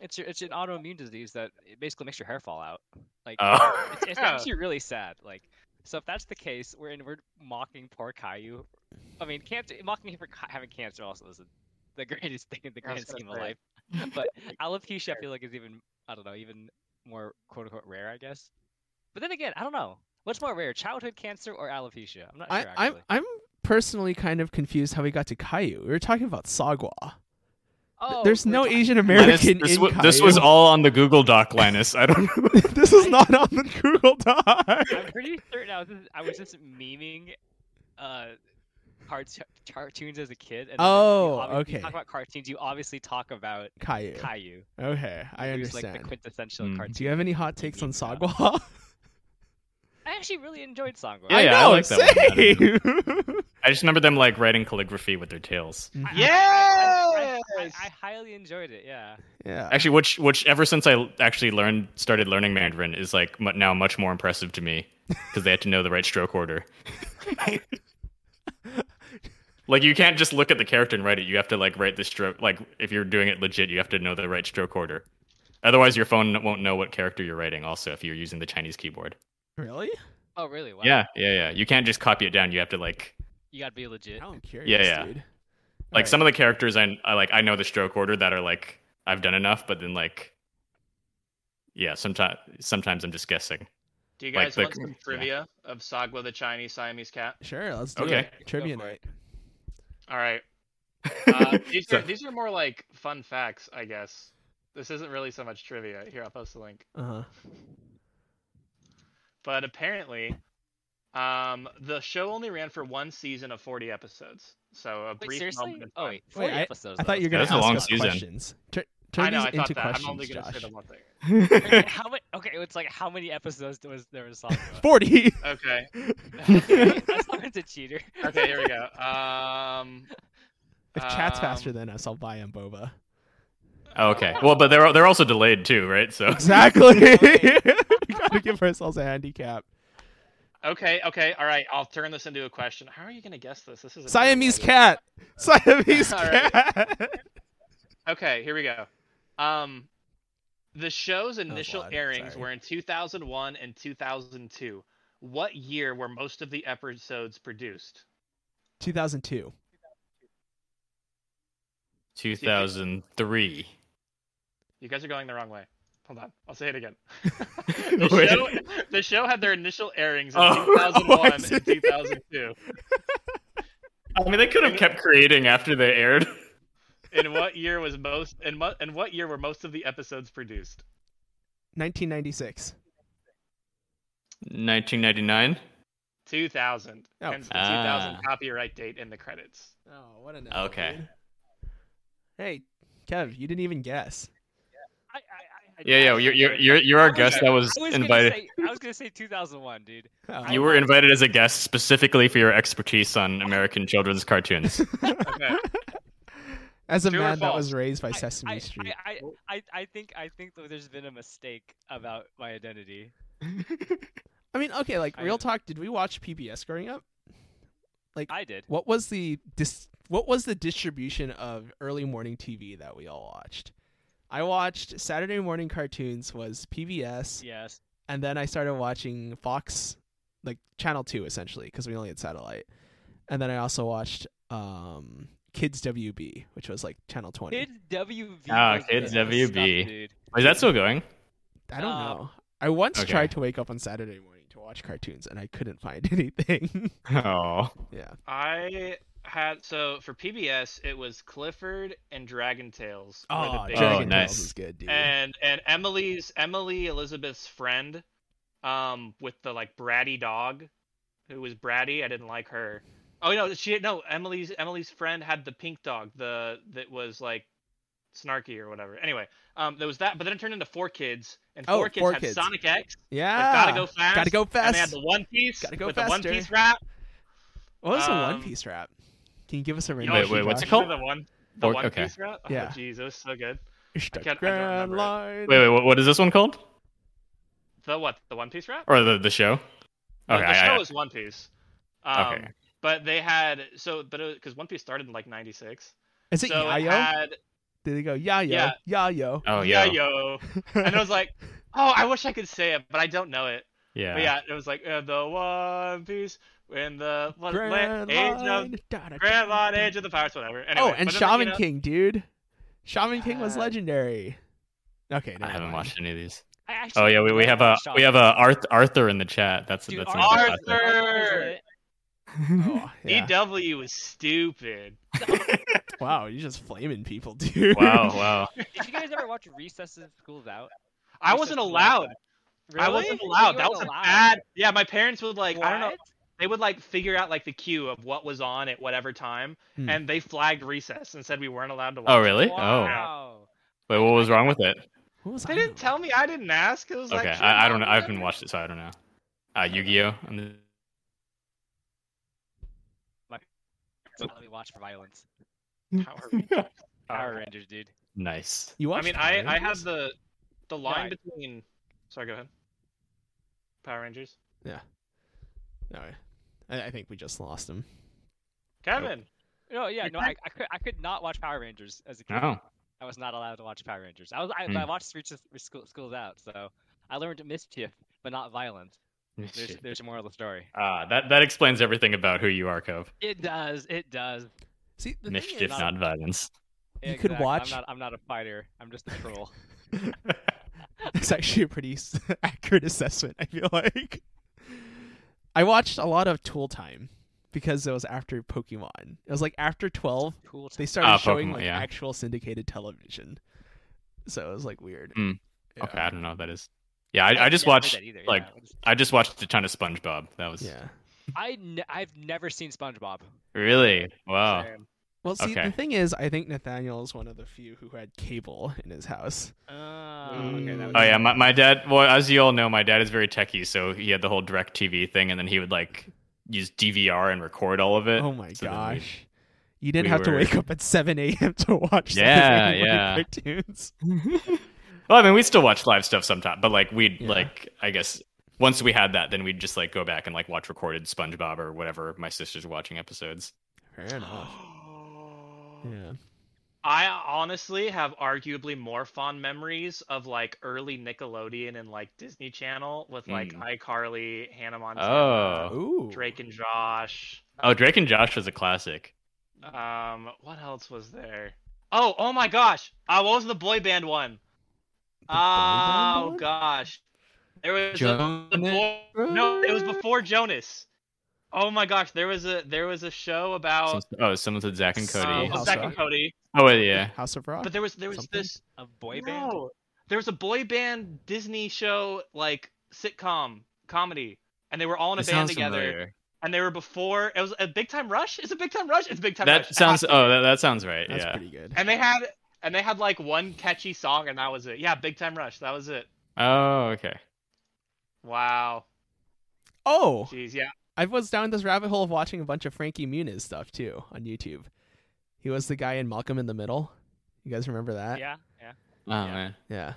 [SPEAKER 5] it's your, it's an autoimmune disease that it basically makes your hair fall out like
[SPEAKER 2] Oh.
[SPEAKER 5] it's, it's
[SPEAKER 3] Yeah.
[SPEAKER 5] actually really sad like so if that's the case we're in we're mocking poor Caillou I mean cancer mocking him for ca- having cancer also isn't the greatest thing in the
[SPEAKER 3] I was
[SPEAKER 5] grand
[SPEAKER 3] gonna
[SPEAKER 5] scheme of
[SPEAKER 3] say.
[SPEAKER 5] life but alopecia I feel like is even I don't know even more quote unquote rare I guess but then again I don't know what's more rare childhood cancer or alopecia I'm not
[SPEAKER 1] I,
[SPEAKER 5] sure
[SPEAKER 1] I'm
[SPEAKER 5] actually
[SPEAKER 1] I'm personally kind of confused how we got to Caillou. We were talking about Sagwa.
[SPEAKER 5] oh
[SPEAKER 1] There's
[SPEAKER 5] we're
[SPEAKER 1] no
[SPEAKER 5] talking-
[SPEAKER 1] Asian
[SPEAKER 2] Linus,
[SPEAKER 1] American
[SPEAKER 2] this,
[SPEAKER 1] in
[SPEAKER 2] wa-
[SPEAKER 1] Caillou.
[SPEAKER 2] this was all on the Google Doc, Linus. I don't know.
[SPEAKER 1] this is not on the Google Doc.
[SPEAKER 5] I'm pretty certain I was just, I was just memeing uh cart- cartoons as a kid. And then, like, you
[SPEAKER 1] Oh,
[SPEAKER 5] obvi-
[SPEAKER 1] okay.
[SPEAKER 5] You talk about cartoons, you obviously talk about
[SPEAKER 1] Caillou.
[SPEAKER 5] Caillou.
[SPEAKER 1] Okay, I
[SPEAKER 5] who's like
[SPEAKER 1] understand.
[SPEAKER 5] the quintessential
[SPEAKER 2] Mm.
[SPEAKER 5] cartoon.
[SPEAKER 1] Do you have any hot takes on
[SPEAKER 5] Yeah.
[SPEAKER 1] Sagwa?
[SPEAKER 5] I actually really enjoyed Songwa.
[SPEAKER 2] Yeah,
[SPEAKER 1] I
[SPEAKER 2] yeah, I
[SPEAKER 1] know,
[SPEAKER 2] like that
[SPEAKER 1] same.
[SPEAKER 2] I just remember them like writing calligraphy with their tails.
[SPEAKER 5] I- I- I, I, I,
[SPEAKER 3] Yes!
[SPEAKER 5] I highly enjoyed it. Yeah.
[SPEAKER 1] yeah.
[SPEAKER 2] Actually, which which ever since I actually learned started learning Mandarin is like mu now much more impressive to me because they had to know the right stroke order. like you can't just look at the character and write it. You have to like write the stroke. Like if you're doing it legit, you have to know the right stroke order. Otherwise, your phone won't know what character you're writing. Also, if you're using the Chinese keyboard.
[SPEAKER 1] Really?
[SPEAKER 5] Oh, really? Wow.
[SPEAKER 2] Yeah, yeah, yeah. You can't just copy it down. You have to like
[SPEAKER 5] You gotta be legit.
[SPEAKER 1] Now I'm curious,
[SPEAKER 2] yeah.
[SPEAKER 1] dude.
[SPEAKER 2] like some of the characters I, I like I know the stroke order that are like I've done enough, but then like yeah, sometimes sometimes I'm just guessing.
[SPEAKER 3] Do you
[SPEAKER 2] Like
[SPEAKER 3] guys
[SPEAKER 2] the-
[SPEAKER 3] want some trivia of Sagwa the Chinese Siamese cat?
[SPEAKER 1] Sure, let's do
[SPEAKER 2] Okay.
[SPEAKER 1] it. Trivia
[SPEAKER 3] Go for
[SPEAKER 1] night.
[SPEAKER 3] All right. Uh, these,
[SPEAKER 2] So-
[SPEAKER 3] are, these are more like fun facts, I guess. This isn't really so much trivia. Here, I'll post the link.
[SPEAKER 1] Uh huh.
[SPEAKER 3] But apparently, um, the show only ran for one season of 40 episodes. So a
[SPEAKER 5] Wait,
[SPEAKER 3] brief
[SPEAKER 5] seriously?
[SPEAKER 3] moment of
[SPEAKER 5] Oh
[SPEAKER 3] time.
[SPEAKER 5] wait, forty
[SPEAKER 1] I-
[SPEAKER 5] episodes.
[SPEAKER 1] I thought you were gonna
[SPEAKER 5] though.
[SPEAKER 2] That's a
[SPEAKER 1] ask
[SPEAKER 2] long
[SPEAKER 1] us
[SPEAKER 2] season.
[SPEAKER 1] questions. Tur-
[SPEAKER 3] I
[SPEAKER 1] turn these
[SPEAKER 3] know. I thought
[SPEAKER 1] into
[SPEAKER 3] that.
[SPEAKER 1] questions,
[SPEAKER 3] I'm only going to say
[SPEAKER 1] Josh.
[SPEAKER 3] the one thing.
[SPEAKER 5] how many? Okay, it's like how many episodes was there was Saga?
[SPEAKER 1] Forty.
[SPEAKER 3] Okay.
[SPEAKER 5] That's not a cheater.
[SPEAKER 3] Okay. Here we go. Um,
[SPEAKER 1] If chat's faster
[SPEAKER 3] Um,
[SPEAKER 1] than us, I'll buy him boba.
[SPEAKER 2] Oh, okay. Well, but they're they're also delayed too, right? So
[SPEAKER 1] Exactly.
[SPEAKER 5] Okay.
[SPEAKER 1] we gotta give ourselves a handicap.
[SPEAKER 3] Okay. Okay. All right. I'll turn this into a question. How are you going to guess this? This is a terrible
[SPEAKER 1] Siamese
[SPEAKER 3] idea.
[SPEAKER 1] cat. Siamese
[SPEAKER 3] All right.
[SPEAKER 1] cat.
[SPEAKER 3] Okay, here we go. Um, the show's initial
[SPEAKER 1] loud.
[SPEAKER 3] airings
[SPEAKER 1] Oh, Sorry.
[SPEAKER 3] were in 2001 and 2002. What year were most of the episodes produced?
[SPEAKER 1] 2002.
[SPEAKER 2] 2003.
[SPEAKER 3] You guys are going the wrong way. Hold on, I'll say it again.
[SPEAKER 2] Wait.
[SPEAKER 3] the, show, the show had their initial airings in
[SPEAKER 2] Oh.
[SPEAKER 3] 2001
[SPEAKER 1] Oh, I see.
[SPEAKER 3] and 2002.
[SPEAKER 2] I mean, they could have kept creating after they aired.
[SPEAKER 3] In what year was most? In what? In what year were most of the episodes produced?
[SPEAKER 1] 1996.
[SPEAKER 2] 1999.
[SPEAKER 3] 2000.
[SPEAKER 1] Oh.
[SPEAKER 3] Hence the
[SPEAKER 2] Ah.
[SPEAKER 3] 2000 copyright date in the credits.
[SPEAKER 1] Oh, what a
[SPEAKER 2] no, Okay. dude.
[SPEAKER 1] Hey, Kev, you didn't even guess.
[SPEAKER 5] I, I, I, I-
[SPEAKER 2] Yeah, yeah.
[SPEAKER 5] I-
[SPEAKER 2] You're you're you're, you're our guest that was
[SPEAKER 5] I was
[SPEAKER 2] invited.
[SPEAKER 5] Gonna say, I was gonna say 2001, dude.
[SPEAKER 1] Oh.
[SPEAKER 2] You were invited as a guest specifically for your expertise on American children's cartoons.
[SPEAKER 3] Okay.
[SPEAKER 1] As a
[SPEAKER 3] True or
[SPEAKER 1] man that
[SPEAKER 3] false?
[SPEAKER 1] was raised by
[SPEAKER 5] I-
[SPEAKER 1] Sesame
[SPEAKER 5] I,
[SPEAKER 1] Street.
[SPEAKER 5] I, I, I, I think I think that there's been a mistake about my identity.
[SPEAKER 1] I mean, okay, like
[SPEAKER 5] I-
[SPEAKER 1] real talk. Did we watch PBS growing up?
[SPEAKER 5] I did.
[SPEAKER 1] What was the dis- What was the distribution of early morning TV that we all watched? I watched Saturday morning cartoons was PBS,
[SPEAKER 5] Yes.
[SPEAKER 1] and then I started watching Fox, like Channel Two essentially, because we only had satellite. And then I also watched um, Kids WB, which was like Channel Twenty.
[SPEAKER 5] Kids WB.
[SPEAKER 2] Ah,
[SPEAKER 5] was
[SPEAKER 2] Kids
[SPEAKER 5] the best
[SPEAKER 2] WB.
[SPEAKER 5] stuff, dude.
[SPEAKER 2] Is that still going?
[SPEAKER 1] I don't
[SPEAKER 5] Uh,
[SPEAKER 1] know. I once
[SPEAKER 2] okay.
[SPEAKER 1] tried to wake up on Saturday morning to watch cartoons, and I couldn't find anything.
[SPEAKER 2] Oh,
[SPEAKER 1] yeah.
[SPEAKER 3] I had so for PBS it was Clifford and Dragon Tales. were the
[SPEAKER 1] Oh,
[SPEAKER 3] big
[SPEAKER 1] Dragon
[SPEAKER 2] Oh,
[SPEAKER 3] ones.
[SPEAKER 2] nice.
[SPEAKER 1] Tales is good, dude.
[SPEAKER 3] And and Emily's Emily Elizabeth's friend, um, with the like bratty dog, who was bratty. I didn't like her. Oh no, she no Emily's Emily's friend had the pink dog, the that was like snarky or whatever. Anyway, um, there was that, but then it turned into four kids, and
[SPEAKER 1] Oh,
[SPEAKER 3] four kids
[SPEAKER 1] Four
[SPEAKER 3] had
[SPEAKER 1] Kids.
[SPEAKER 3] Sonic X. with
[SPEAKER 1] yeah.
[SPEAKER 3] gotta go fast.
[SPEAKER 1] Gotta go
[SPEAKER 3] And they had
[SPEAKER 1] fast.
[SPEAKER 3] the One Piece.
[SPEAKER 1] Gotta go
[SPEAKER 3] with the One
[SPEAKER 1] faster.
[SPEAKER 3] Piece rap.
[SPEAKER 1] What was the One
[SPEAKER 3] um,
[SPEAKER 1] Piece rap? Can you give us a
[SPEAKER 3] Yo,
[SPEAKER 1] rundown?
[SPEAKER 2] Wait,
[SPEAKER 3] she
[SPEAKER 2] wait, what's
[SPEAKER 3] does
[SPEAKER 2] it called?
[SPEAKER 3] Oh, The one, the
[SPEAKER 2] Or-
[SPEAKER 3] one
[SPEAKER 2] okay.
[SPEAKER 3] piece route? Oh,
[SPEAKER 1] Yeah.
[SPEAKER 3] jeez, it was so good.
[SPEAKER 1] It's
[SPEAKER 3] I
[SPEAKER 1] the
[SPEAKER 3] can't- I don't
[SPEAKER 1] grand
[SPEAKER 3] remember it.
[SPEAKER 1] line.
[SPEAKER 2] wait, wait. What, what is this one called?
[SPEAKER 3] The what? The One Piece route?
[SPEAKER 2] Or the the show?
[SPEAKER 3] Well,
[SPEAKER 2] Okay,
[SPEAKER 3] Uh, the
[SPEAKER 2] I-
[SPEAKER 3] show
[SPEAKER 2] I-
[SPEAKER 3] was One Piece. Um,
[SPEAKER 2] Okay.
[SPEAKER 3] But they had so, but because One Piece started in like '96,
[SPEAKER 1] Is it
[SPEAKER 3] so
[SPEAKER 1] Yayo?
[SPEAKER 3] it had
[SPEAKER 1] Did they go Yayo?
[SPEAKER 3] Yeah.
[SPEAKER 1] Yayo.
[SPEAKER 2] oh
[SPEAKER 3] yeah,
[SPEAKER 2] yeah, yeah.
[SPEAKER 3] yo, and I was like, oh, I wish I could say it, but I don't know it. But yeah, it was like uh, the One Piece in the what, la-
[SPEAKER 1] grand
[SPEAKER 3] age of
[SPEAKER 1] line. Da, da,
[SPEAKER 3] Grand
[SPEAKER 1] da,
[SPEAKER 3] Line,
[SPEAKER 1] da.
[SPEAKER 3] Age of the Pirates, whatever. Anyway,
[SPEAKER 1] Oh, and
[SPEAKER 3] but then, like,
[SPEAKER 1] Shaman
[SPEAKER 3] you know- Uh,
[SPEAKER 1] King, dude. Shaman King was
[SPEAKER 5] Yeah.
[SPEAKER 1] legendary. Okay,
[SPEAKER 2] I
[SPEAKER 1] never
[SPEAKER 2] haven't
[SPEAKER 1] mind.
[SPEAKER 2] watched any of these.
[SPEAKER 5] I actually
[SPEAKER 2] Oh yeah, we, we have
[SPEAKER 5] love
[SPEAKER 2] a
[SPEAKER 5] Shaw.
[SPEAKER 2] we have a Arth- Arthur in the chat. That's
[SPEAKER 5] Dude,
[SPEAKER 2] that's
[SPEAKER 5] Arthur-
[SPEAKER 2] another classic.
[SPEAKER 5] Arthur's
[SPEAKER 3] Arthur!
[SPEAKER 5] lit.
[SPEAKER 1] Oh, yeah.
[SPEAKER 3] DW E was stupid.
[SPEAKER 1] wow, you're just flaming people, dude.
[SPEAKER 2] Wow, wow.
[SPEAKER 5] Did you guys ever watch Recesses Schools Out?
[SPEAKER 3] I
[SPEAKER 5] Recess
[SPEAKER 3] wasn't
[SPEAKER 5] was
[SPEAKER 3] allowed.
[SPEAKER 5] Really?
[SPEAKER 3] I wasn't
[SPEAKER 5] You
[SPEAKER 3] allowed.
[SPEAKER 5] weren't
[SPEAKER 3] That was a
[SPEAKER 5] allowed.
[SPEAKER 3] bad. Yeah, my parents would like. I don't know.
[SPEAKER 5] What?
[SPEAKER 3] They would like figure out like the cue of what was on at whatever time,
[SPEAKER 1] Hmm.
[SPEAKER 3] and they flagged recess and said we weren't allowed to watch.
[SPEAKER 2] Oh really? Oh,
[SPEAKER 5] Wow.
[SPEAKER 2] wait. What was wrong with it?
[SPEAKER 1] What was
[SPEAKER 3] They
[SPEAKER 1] I
[SPEAKER 3] didn't
[SPEAKER 1] on?
[SPEAKER 3] tell me. I didn't ask. It was like.
[SPEAKER 2] Okay,
[SPEAKER 3] sure,
[SPEAKER 2] I, I don't know.
[SPEAKER 3] mom,
[SPEAKER 2] I haven't
[SPEAKER 3] whatever.
[SPEAKER 2] watched it, so I don't know. Uh, Yu-Gi-Oh.
[SPEAKER 5] That's all we watch for violence.
[SPEAKER 3] Power Rangers.
[SPEAKER 2] Oh.
[SPEAKER 5] Power Rangers, dude.
[SPEAKER 2] Nice.
[SPEAKER 1] You
[SPEAKER 3] I
[SPEAKER 1] watched
[SPEAKER 3] mean,
[SPEAKER 1] Power
[SPEAKER 3] I I had
[SPEAKER 1] Rangers?
[SPEAKER 3] the the line
[SPEAKER 5] I-
[SPEAKER 3] between. Sorry, go ahead. Power Rangers.
[SPEAKER 1] No, I, I think we just lost him.
[SPEAKER 3] Kevin.
[SPEAKER 5] No, yeah, no, I, I could I could not watch Power Rangers as a kid.
[SPEAKER 2] Oh,
[SPEAKER 5] I was not allowed to watch Power Rangers. I was I,
[SPEAKER 2] Hmm.
[SPEAKER 5] I watched Reaches School, Schools Out, so I learned mischief, but not violence. There's there's a moral of the story.
[SPEAKER 2] Ah, that that explains everything about who you are, Cove.
[SPEAKER 5] It does. It does.
[SPEAKER 1] See, the
[SPEAKER 2] Mischief,
[SPEAKER 1] thing is,
[SPEAKER 2] not violence.
[SPEAKER 1] You could
[SPEAKER 5] Exact.
[SPEAKER 1] watch-
[SPEAKER 5] I'm not. I'm not a fighter. I'm just a troll.
[SPEAKER 1] that's actually a pretty s- accurate assessment. I feel like I watched a lot of Tool Time because it was after Pokemon. It was like after twelve,
[SPEAKER 5] Cool.
[SPEAKER 1] they started
[SPEAKER 2] Ah,
[SPEAKER 1] showing
[SPEAKER 2] Pokemon,
[SPEAKER 1] like
[SPEAKER 2] yeah.
[SPEAKER 1] actual syndicated television. So it was like weird.
[SPEAKER 2] Mm.
[SPEAKER 1] Yeah.
[SPEAKER 2] Okay, I don't know what that is. Yeah, I, I just watched. like, I just watched a ton of SpongeBob. That was
[SPEAKER 1] Yeah.
[SPEAKER 5] I n- I've never seen SpongeBob.
[SPEAKER 2] really wow.
[SPEAKER 5] Same.
[SPEAKER 1] Well, see,
[SPEAKER 2] Okay.
[SPEAKER 1] the thing is, I think Nathaniel is one of the few who had cable in his house.
[SPEAKER 5] Oh, okay, that
[SPEAKER 1] Mm.
[SPEAKER 5] was-
[SPEAKER 2] Oh yeah, my, my dad. Well, as you all know, my dad is very techie, so he had the whole Direct TV thing, and then he would like use DVR and record all of it.
[SPEAKER 1] oh my
[SPEAKER 2] Uh, so then we-
[SPEAKER 1] gosh. You didn't
[SPEAKER 2] we
[SPEAKER 1] have to
[SPEAKER 2] were-
[SPEAKER 1] wake up at 7 a.m. to watch
[SPEAKER 2] Yeah,
[SPEAKER 1] something like
[SPEAKER 2] yeah.
[SPEAKER 1] cartoons.
[SPEAKER 2] Well, I mean, we still watch live stuff sometimes, but like we'd
[SPEAKER 1] Yeah.
[SPEAKER 2] like I guess once we had that, then we'd just like go back and like watch recorded SpongeBob or whatever my sister's watching episodes.
[SPEAKER 1] Fair
[SPEAKER 2] Oh,
[SPEAKER 1] enough. Yeah.
[SPEAKER 3] I honestly have arguably more fond memories of like early Nickelodeon and like Disney Channel with like
[SPEAKER 2] Hmm.
[SPEAKER 3] iCarly, Hannah Montana,
[SPEAKER 1] Ooh.
[SPEAKER 3] Drake and Josh.
[SPEAKER 2] Oh, Drake and Josh was a classic.
[SPEAKER 3] Um, what else was there? Oh, oh my gosh! Uh, what was the boy band one?
[SPEAKER 1] band
[SPEAKER 3] oh
[SPEAKER 1] one?
[SPEAKER 3] gosh, there was a, the boy...
[SPEAKER 2] Jonas
[SPEAKER 3] no, it was before Jonas. Oh my gosh, there was a there was a show about
[SPEAKER 2] Some- oh, someone said Zach and Cody.
[SPEAKER 3] um,
[SPEAKER 1] House
[SPEAKER 3] Zack
[SPEAKER 1] Rock.
[SPEAKER 3] and Cody,
[SPEAKER 2] oh wait, yeah.
[SPEAKER 1] House of Rock.
[SPEAKER 3] but there was there was
[SPEAKER 1] Something?
[SPEAKER 3] this
[SPEAKER 5] a boy band.
[SPEAKER 3] No. There was a boy band Disney show like sitcom comedy, and they were all in a
[SPEAKER 2] That
[SPEAKER 3] band
[SPEAKER 2] sounds
[SPEAKER 3] together.
[SPEAKER 2] familiar.
[SPEAKER 3] And they were before it was a Big Time Rush. It's a Big Time Rush. It's Big Time Rush.
[SPEAKER 2] That
[SPEAKER 3] It
[SPEAKER 2] sounds.
[SPEAKER 3] has to
[SPEAKER 2] Oh,
[SPEAKER 3] be.
[SPEAKER 2] that, that sounds right.
[SPEAKER 1] That's
[SPEAKER 2] yeah.
[SPEAKER 1] pretty good.
[SPEAKER 3] And they had and they had like one catchy song, and that was it. Yeah, Big Time Rush. That was it.
[SPEAKER 2] Oh, okay.
[SPEAKER 3] Wow.
[SPEAKER 1] Oh,
[SPEAKER 3] Jeez. Yeah.
[SPEAKER 1] I was down this rabbit hole of watching a bunch of Frankie Muniz stuff too on YouTube. He was the guy in Malcolm in the Middle. You guys remember that?
[SPEAKER 5] Yeah, yeah.
[SPEAKER 2] Oh man.
[SPEAKER 1] Yeah.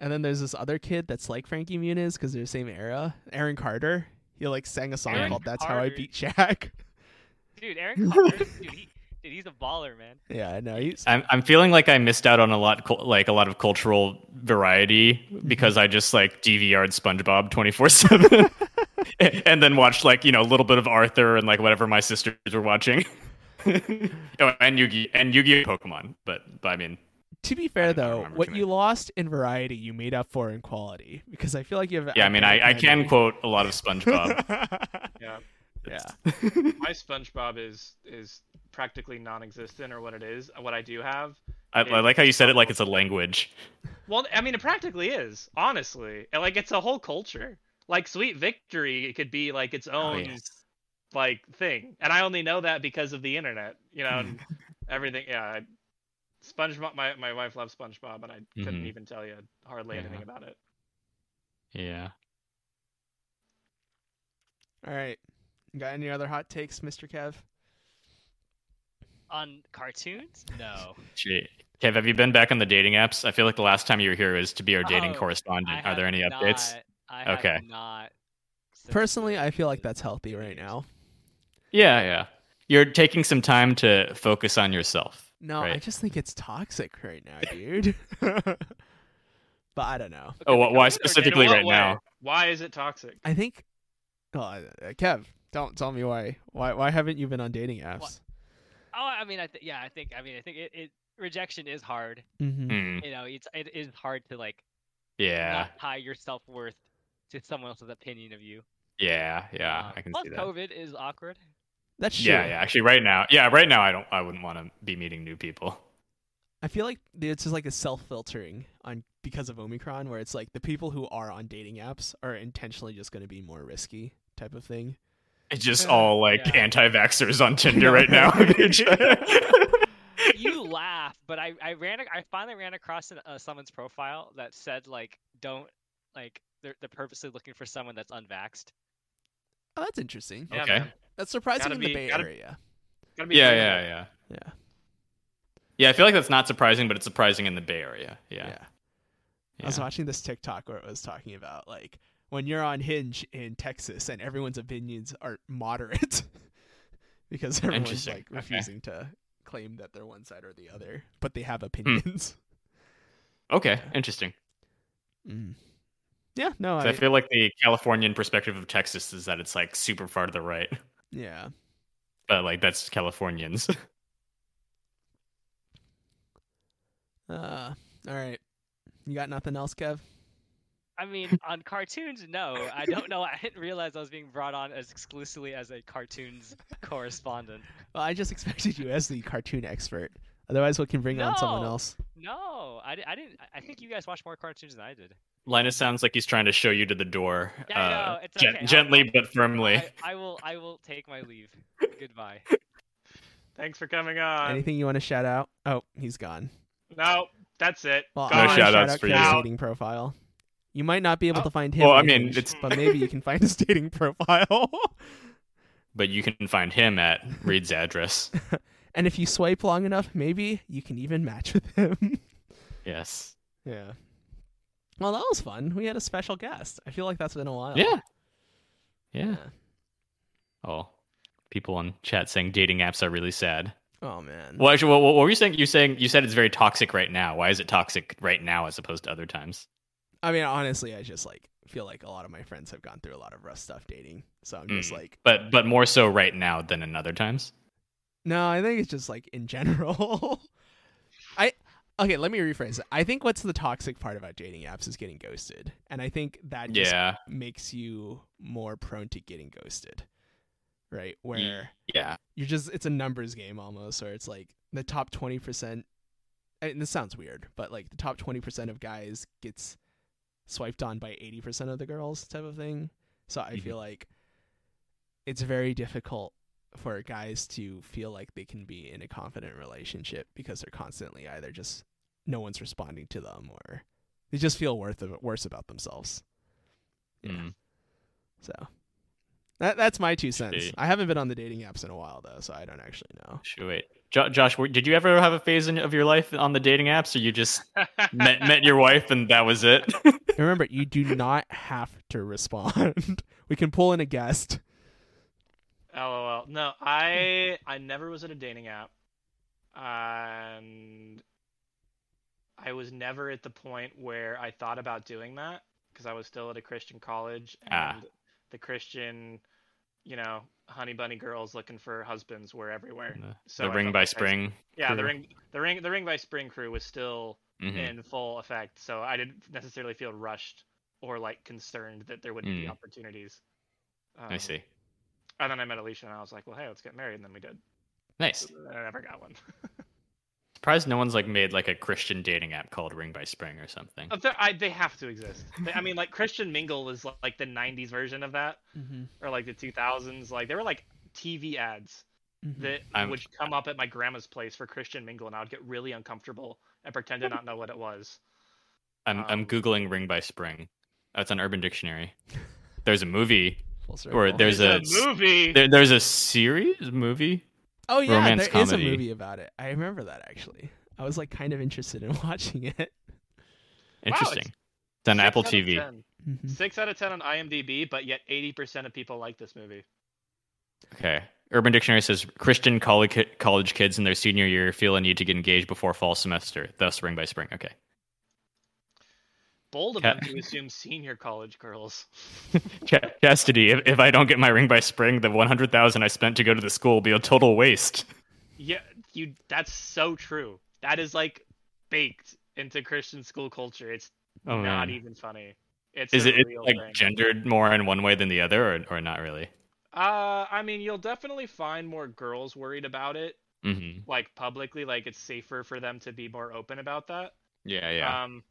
[SPEAKER 1] And then there's this other kid that's like Frankie Muniz because they're the same era. Aaron Carter. He like sang a song
[SPEAKER 2] Aaron
[SPEAKER 1] called "That's How I
[SPEAKER 5] Carter.
[SPEAKER 1] Beat Shaq."
[SPEAKER 5] Dude, Aaron Carter, dude, he, dude, he's a baller, man.
[SPEAKER 1] yeah, no, he's
[SPEAKER 2] I'm I'm feeling like I missed out on a lot cul- like a lot of cultural variety because I just like DVR'd SpongeBob 24/7 and then watched like, you know, a little bit of Arthur and like whatever my sisters were watching. oh, and Yu-Gi and Yu-Gi Pokemon, but, but I mean,
[SPEAKER 1] to be
[SPEAKER 2] I
[SPEAKER 1] fair
[SPEAKER 2] don't
[SPEAKER 1] though,
[SPEAKER 2] remember
[SPEAKER 1] what
[SPEAKER 2] too
[SPEAKER 1] you lost in variety, you made up for in quality because I feel like you have.
[SPEAKER 2] yeah, I mean, I, I can quote a lot of SpongeBob.
[SPEAKER 3] Yeah.
[SPEAKER 1] yeah,
[SPEAKER 3] My SpongeBob is is practically non-existent, or what it is. What I do have.
[SPEAKER 2] I, I like how you said it like it's a language.
[SPEAKER 3] Well, I mean, it practically is. Honestly, and like it's a whole culture. Like Sweet Victory, it could be like its own. like thing, and I only know that because of the internet, you know, and everything. Yeah, I, SpongeBob. My my wife loves SpongeBob, and I couldn't
[SPEAKER 2] Mhm.
[SPEAKER 3] even tell you hardly anything
[SPEAKER 2] Yeah.
[SPEAKER 3] about it.
[SPEAKER 2] Yeah.
[SPEAKER 1] all right. Got any other hot takes, Mr. Kev?
[SPEAKER 5] On cartoons? No.
[SPEAKER 2] Shit. Kev, have you been back on the dating apps? I feel like the last time you were here was to be our dating
[SPEAKER 5] Oh, I
[SPEAKER 2] correspondent. Are there
[SPEAKER 5] have
[SPEAKER 2] any updates?
[SPEAKER 5] not- I have
[SPEAKER 2] Okay.
[SPEAKER 5] not since
[SPEAKER 1] Personally,
[SPEAKER 5] the-
[SPEAKER 1] I feel like that's healthy right now.
[SPEAKER 2] Yeah, yeah. You're taking some time to focus on yourself.
[SPEAKER 1] No, I
[SPEAKER 2] Right.
[SPEAKER 1] just think it's toxic right now, dude. but I don't know.
[SPEAKER 2] Oh, wh- why
[SPEAKER 5] In
[SPEAKER 2] specifically
[SPEAKER 3] In what
[SPEAKER 2] right
[SPEAKER 3] way?
[SPEAKER 2] now?
[SPEAKER 3] Why is it toxic?
[SPEAKER 1] I think. Oh, uh, Kev, don't tell me why. Why why haven't you been on dating apps?
[SPEAKER 5] Oh, I mean, I th- yeah, I think, I mean, I think it, it rejection is hard.
[SPEAKER 1] Mm-hmm.
[SPEAKER 2] Hmm.
[SPEAKER 5] You know, it's it is hard to like
[SPEAKER 2] Yeah,
[SPEAKER 5] not tie your self worth to someone else's opinion of you.
[SPEAKER 2] yeah, yeah.
[SPEAKER 5] Um,
[SPEAKER 2] I can
[SPEAKER 5] plus,
[SPEAKER 2] see that.
[SPEAKER 5] COVID is awkward.
[SPEAKER 1] That's true.
[SPEAKER 2] Yeah, yeah. Actually, right now, yeah, right now, I don't. I wouldn't want to be meeting new people.
[SPEAKER 1] I feel like it's just like a self filtering on because of Omicron, where it's like the people who are on dating apps are intentionally just going to be more risky type of thing.
[SPEAKER 2] It's just
[SPEAKER 5] Yeah.
[SPEAKER 2] all like
[SPEAKER 5] Yeah.
[SPEAKER 2] anti-vaxxers on Tinder right now.
[SPEAKER 5] you laugh, but I I ran ac- I finally ran across an, uh, someone's profile that said like don't like they're they're purposely looking for someone that's unvaxxed.
[SPEAKER 1] Oh, that's interesting.
[SPEAKER 3] Yeah,
[SPEAKER 2] okay.
[SPEAKER 3] man.
[SPEAKER 1] That's surprising
[SPEAKER 3] Gotta
[SPEAKER 1] in the
[SPEAKER 3] be-
[SPEAKER 1] Bay
[SPEAKER 3] gotta-
[SPEAKER 1] Area.
[SPEAKER 3] Gotta be
[SPEAKER 2] yeah,
[SPEAKER 3] real.
[SPEAKER 2] yeah, yeah,
[SPEAKER 1] Yeah.
[SPEAKER 2] yeah. I feel like that's not surprising, but it's surprising in the Bay Area.
[SPEAKER 1] Yeah. I
[SPEAKER 2] Yeah.
[SPEAKER 1] was watching this TikTok where it was talking about like when you're on Hinge in Texas and everyone's opinions are moderate because everyone's
[SPEAKER 2] Interesting.
[SPEAKER 1] like
[SPEAKER 2] Okay.
[SPEAKER 1] refusing to claim that they're one side or the other, but they have opinions.
[SPEAKER 2] Okay, interesting. Hmm.
[SPEAKER 1] Mm. Yeah, no,
[SPEAKER 2] So I
[SPEAKER 1] I,
[SPEAKER 2] feel like the Californian perspective of Texas is that it's like super far to the right,
[SPEAKER 1] yeah.
[SPEAKER 2] but like that's Californians.
[SPEAKER 1] Uh, all right. You got nothing else, Kev?
[SPEAKER 5] I mean, on cartoons, no. I don't know. I didn't realize I was being brought on as exclusively as a cartoons correspondent.
[SPEAKER 1] Well, I just expected you as the cartoon expert. Otherwise, we can bring on someone
[SPEAKER 5] No.
[SPEAKER 1] else.
[SPEAKER 5] No, I, di- I didn't. I- I think you guys watch more cartoons than I did.
[SPEAKER 2] Linus sounds like he's trying to show you to the door. uh,
[SPEAKER 5] Yeah, I know, it's okay, I'll-
[SPEAKER 2] Gently but firmly.
[SPEAKER 5] I, I will. I will take my leave. Goodbye.
[SPEAKER 3] Thanks for coming
[SPEAKER 2] Um,
[SPEAKER 3] on.
[SPEAKER 1] Anything you want to shout out? Oh, he's gone.
[SPEAKER 3] No, that's it.
[SPEAKER 1] Well,
[SPEAKER 3] Gone.
[SPEAKER 1] I wanna shout
[SPEAKER 2] shout-outs
[SPEAKER 1] out
[SPEAKER 2] for Uh,
[SPEAKER 1] Kev's
[SPEAKER 3] you.
[SPEAKER 1] dating profile. You might not be able to find him.
[SPEAKER 2] well, I
[SPEAKER 1] on
[SPEAKER 2] mean,
[SPEAKER 1] Hinge,
[SPEAKER 2] it's-
[SPEAKER 1] but maybe you can find his dating profile.
[SPEAKER 2] But you can find him at Reed's address.
[SPEAKER 1] and if you swipe long enough, maybe you can even match with him.
[SPEAKER 2] Yes.
[SPEAKER 1] yeah. Well, that was fun. We had a special guest. I feel like that's been a
[SPEAKER 5] Oh.
[SPEAKER 1] while.
[SPEAKER 2] Yeah. Yeah. Oh, people on chat saying dating apps are really sad.
[SPEAKER 1] Oh man.
[SPEAKER 2] Well, actually, what, what were you saying? You saying you said it's very toxic right now. Why is it toxic right now as opposed to other times?
[SPEAKER 1] I mean, honestly, I just like feel like a lot of my friends have gone through a lot of rough stuff dating. So I'm just
[SPEAKER 2] Mm.
[SPEAKER 1] like,
[SPEAKER 2] But but more so right now than in other times.
[SPEAKER 1] no, I think it's just like in general. I okay, let me rephrase it. I think what's the toxic part about dating apps is getting ghosted, and I think that just
[SPEAKER 2] Yeah,
[SPEAKER 1] makes you more prone to getting ghosted, right? Where
[SPEAKER 2] yeah.
[SPEAKER 1] you're just it's a numbers game almost, or it's like the top twenty percent. And this sounds weird, but like the top twenty percent of guys gets swiped on by eighty percent of the girls, type of thing. So I
[SPEAKER 2] Mhm.
[SPEAKER 1] feel like it's very difficult for guys to feel like they can be in a confident relationship because they're constantly either just no one's responding to them or they just feel worth of, worse about themselves. Yeah.
[SPEAKER 2] Mm.
[SPEAKER 1] So that that's my two cents.
[SPEAKER 2] Shitty.
[SPEAKER 1] I haven't been on the dating apps in a while though, so I don't actually know.
[SPEAKER 2] Should wait. Jo- Josh, were- did you ever have a phase in, of your life on the dating apps, or you just met met your wife and that was it?
[SPEAKER 1] And remember, you do not have to respond. we can pull in a guest.
[SPEAKER 3] LOL. No, I I never was at a dating app, and I was never at the point where I thought about doing that because I was still at a Christian college
[SPEAKER 2] Ah.
[SPEAKER 3] and the Christian, you know, honey bunny girls looking for husbands were everywhere. So
[SPEAKER 2] the
[SPEAKER 3] I
[SPEAKER 2] ring
[SPEAKER 3] felt
[SPEAKER 2] by
[SPEAKER 3] like I-
[SPEAKER 2] spring.
[SPEAKER 3] Yeah, the
[SPEAKER 2] crew.
[SPEAKER 3] ring, the ring, the ring by spring crew was still
[SPEAKER 2] Mhm.
[SPEAKER 3] in full effect, so I didn't necessarily feel rushed or like concerned that there wouldn't be
[SPEAKER 2] Mm.
[SPEAKER 3] opportunities.
[SPEAKER 2] I
[SPEAKER 3] Um,
[SPEAKER 2] see.
[SPEAKER 3] and then I met Alicia, and I was like, "Well, hey, let's get married." And then we did.
[SPEAKER 2] Nice.
[SPEAKER 3] And I never got one.
[SPEAKER 2] Surprised no one's like made like a Christian dating app called Ring by Spring or something.
[SPEAKER 3] Of the- I- they have to exist. They- I mean, like Christian Mingle was li- like the '90s version of that,
[SPEAKER 1] Mm-hmm.
[SPEAKER 3] or like the 2000s. Like there were like TV ads
[SPEAKER 1] Mm-hmm.
[SPEAKER 3] that
[SPEAKER 2] I'm-
[SPEAKER 3] would come up at my grandma's place for Christian Mingle, and I would get really uncomfortable and pretend to not know what it was.
[SPEAKER 2] I'm I'm
[SPEAKER 3] um,
[SPEAKER 2] googling Ring by Spring. That's on Urban Dictionary. There's a movie
[SPEAKER 1] Full circle.
[SPEAKER 2] or there's a
[SPEAKER 3] It's a movie.
[SPEAKER 2] there, there's a series movie.
[SPEAKER 1] oh yeah, there
[SPEAKER 2] romance
[SPEAKER 1] is a
[SPEAKER 2] comedy.
[SPEAKER 1] movie about it. I remember that actually. I was like kind of interested in watching it.
[SPEAKER 2] Interesting.
[SPEAKER 3] it's
[SPEAKER 2] it's on
[SPEAKER 3] Six
[SPEAKER 2] Apple
[SPEAKER 3] out of
[SPEAKER 2] TV.
[SPEAKER 3] 10.
[SPEAKER 1] Mhm.
[SPEAKER 3] Six out of ten on IMDb, but yet 80% of people like this movie.
[SPEAKER 2] Okay. Urban Dictionary says Christian college college kids in their senior year feel a need to get engaged before fall semester, thus Ring by Spring. Okay.
[SPEAKER 3] Bold of
[SPEAKER 2] Yeah.
[SPEAKER 3] them to assume senior college girls.
[SPEAKER 2] Ch- Chastity. If, if I don't get my ring by spring, the one hundred thousand I spent to go to the school will be a total waste.
[SPEAKER 3] Yeah, you. That's so true. That is like baked into Christian school culture. It's
[SPEAKER 2] Oh
[SPEAKER 3] not
[SPEAKER 2] man.
[SPEAKER 3] even funny. It's
[SPEAKER 2] Is
[SPEAKER 3] a
[SPEAKER 2] it it's,
[SPEAKER 3] real
[SPEAKER 2] like
[SPEAKER 3] thing.
[SPEAKER 2] gendered more in one way than the other, or or not really?
[SPEAKER 3] uh, I mean, you'll definitely find more girls worried about it,
[SPEAKER 2] Mm-hmm.
[SPEAKER 3] like publicly. Like it's safer for them to be more open about that.
[SPEAKER 2] Yeah, yeah.
[SPEAKER 3] Um,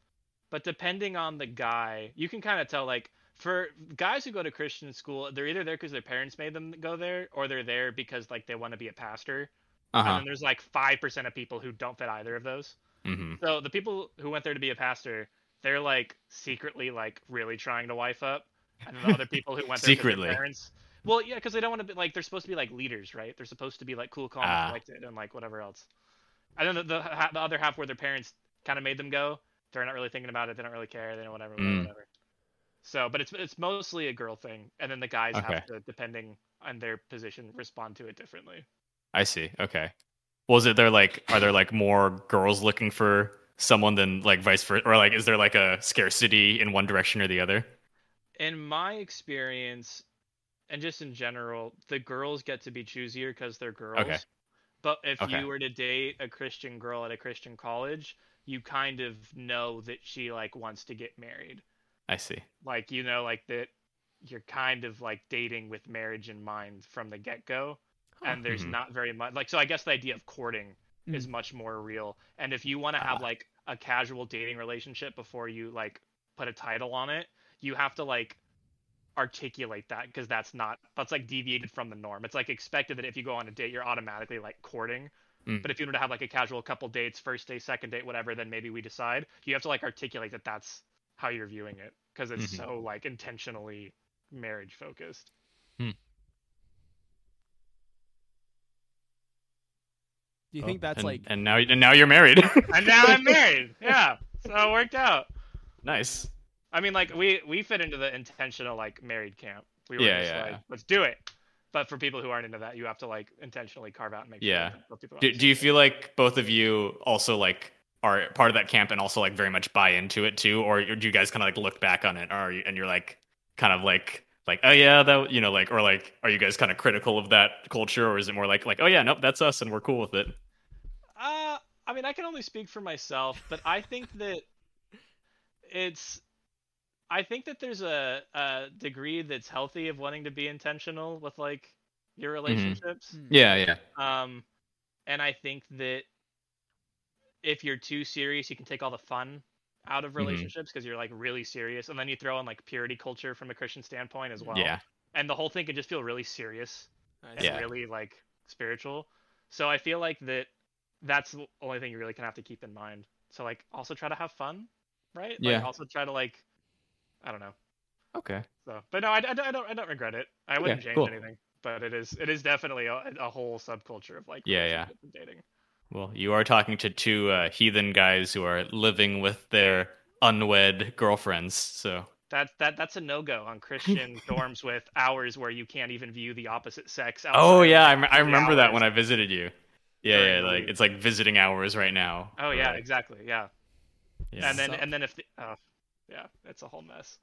[SPEAKER 3] but depending on the guy, you can kind of tell. Like for guys who go to Christian school, they're either there because their parents made them go there, or they're there because like they want to be a pastor.
[SPEAKER 2] Uh
[SPEAKER 3] And
[SPEAKER 2] huh.
[SPEAKER 3] then there's like five percent of people who don't fit either of those.
[SPEAKER 2] Mm-hmm.
[SPEAKER 3] So the people who went there to be a pastor, they're like secretly like really trying to wife up, and then the other people who went there 'cause their
[SPEAKER 2] Secretly.
[SPEAKER 3] parents. Well, yeah, because they don't want to be like they're supposed to be like leaders, right? They're supposed to be like cool, calm,
[SPEAKER 2] Ah.
[SPEAKER 3] and collected, and like whatever else. And then the the, ha- the other half where their parents kind of made them go, they're not really thinking about it. They don't really care. They don't whatever, whatever.
[SPEAKER 2] Mm.
[SPEAKER 3] whatever. So, but it's it's mostly a girl thing, and then the guys have to, depending on their position, respond to it differently.
[SPEAKER 2] I see. Okay. Was it there like are there like more girls looking for someone than like vice versa, or like is there like a scarcity in one direction or the other?
[SPEAKER 3] in my experience and just in general the girls get to be choosier because they're girls but if
[SPEAKER 2] Okay.
[SPEAKER 3] you were to date a christian girl at a christian college you kind of know that she like wants to get married.
[SPEAKER 2] I see.
[SPEAKER 3] Like you know like that you're kind of like dating with marriage in mind from the get-go and there's
[SPEAKER 2] Mhm.
[SPEAKER 3] not very much like so I guess the idea of courting is much more real. And if you want to have
[SPEAKER 2] Mm. Ah.
[SPEAKER 3] like a casual dating relationship before you like put a title on it, you have to like articulate that because that's not that's like deviated from the norm. It's like expected that if you go on a date, you're automatically like courting.
[SPEAKER 2] Mm.
[SPEAKER 3] But if you want to have like a casual couple dates, first date, second date, whatever, then maybe we decide. You have to like articulate that that's how you're viewing it because it's
[SPEAKER 2] Mhm.
[SPEAKER 3] so like intentionally marriage focused.
[SPEAKER 1] Do you think that's
[SPEAKER 2] Oh, and,
[SPEAKER 1] like
[SPEAKER 2] and now and now you're married.
[SPEAKER 3] And now I'm married. Yeah, so it worked out.
[SPEAKER 2] nice.
[SPEAKER 3] I mean, like we we fit into the intentional like married camp. We were
[SPEAKER 2] Yeah,
[SPEAKER 3] just
[SPEAKER 2] yeah,
[SPEAKER 3] like,
[SPEAKER 2] yeah.
[SPEAKER 3] let's do it. But for people who aren't into that, you have to like intentionally carve out and make. sure
[SPEAKER 2] Yeah.
[SPEAKER 3] that what people
[SPEAKER 2] Do, do you
[SPEAKER 3] understand.
[SPEAKER 2] feel like both of you also like are part of that camp and also like very much buy into it too, or do you guys kind of like look back on it, or are you, and you're like kind of like like oh yeah that you know like or like are you guys kind of critical of that culture, or is it more like like oh yeah nope that's us and we're cool with it?
[SPEAKER 3] Mm. Uh, I mean, I can only speak for myself, but I think that it's. I think that there's a, a degree that's healthy of wanting to be intentional with like your relationships.
[SPEAKER 2] Yeah yeah
[SPEAKER 3] Um, and I think that if you're too serious, you can take all the fun out of
[SPEAKER 2] Mhm.
[SPEAKER 3] relationships because you're like really serious, and then you throw in like purity culture from a Christian standpoint as well.
[SPEAKER 2] yeah
[SPEAKER 3] And the whole thing can just feel really serious and
[SPEAKER 2] Yeah.
[SPEAKER 3] really like spiritual. So I feel like that that's the only thing you really kind of have to keep in mind. So like also try to have fun, right?
[SPEAKER 2] Yeah.
[SPEAKER 3] Like also try to like I don't know.
[SPEAKER 2] okay
[SPEAKER 3] So, but no, I, I don't, I don't, I don't regret it. I wouldn't change
[SPEAKER 2] cool.
[SPEAKER 3] anything. But it is, it is definitely a, a whole subculture of like
[SPEAKER 2] Yeah, yeah.
[SPEAKER 3] relationships and dating.
[SPEAKER 2] Well, you are talking to two uh, heathen guys who are living with their unwed girlfriends. So
[SPEAKER 3] That that that's a no go on Christian dorms with hours where you can't even view the opposite sex.
[SPEAKER 2] oh
[SPEAKER 3] outside
[SPEAKER 2] yeah, I,
[SPEAKER 3] of
[SPEAKER 2] rem- I
[SPEAKER 3] the
[SPEAKER 2] remember that
[SPEAKER 3] hours.
[SPEAKER 2] when I visited you. Yeah,
[SPEAKER 3] During
[SPEAKER 2] yeah,
[SPEAKER 3] the
[SPEAKER 2] like
[SPEAKER 3] week.
[SPEAKER 2] it's like visiting hours right now.
[SPEAKER 3] Oh yeah,
[SPEAKER 2] Right.
[SPEAKER 3] exactly. Yeah,
[SPEAKER 2] Yeah.
[SPEAKER 3] and then
[SPEAKER 1] Suck.
[SPEAKER 3] and then if the, oh, yeah, it's a whole mess.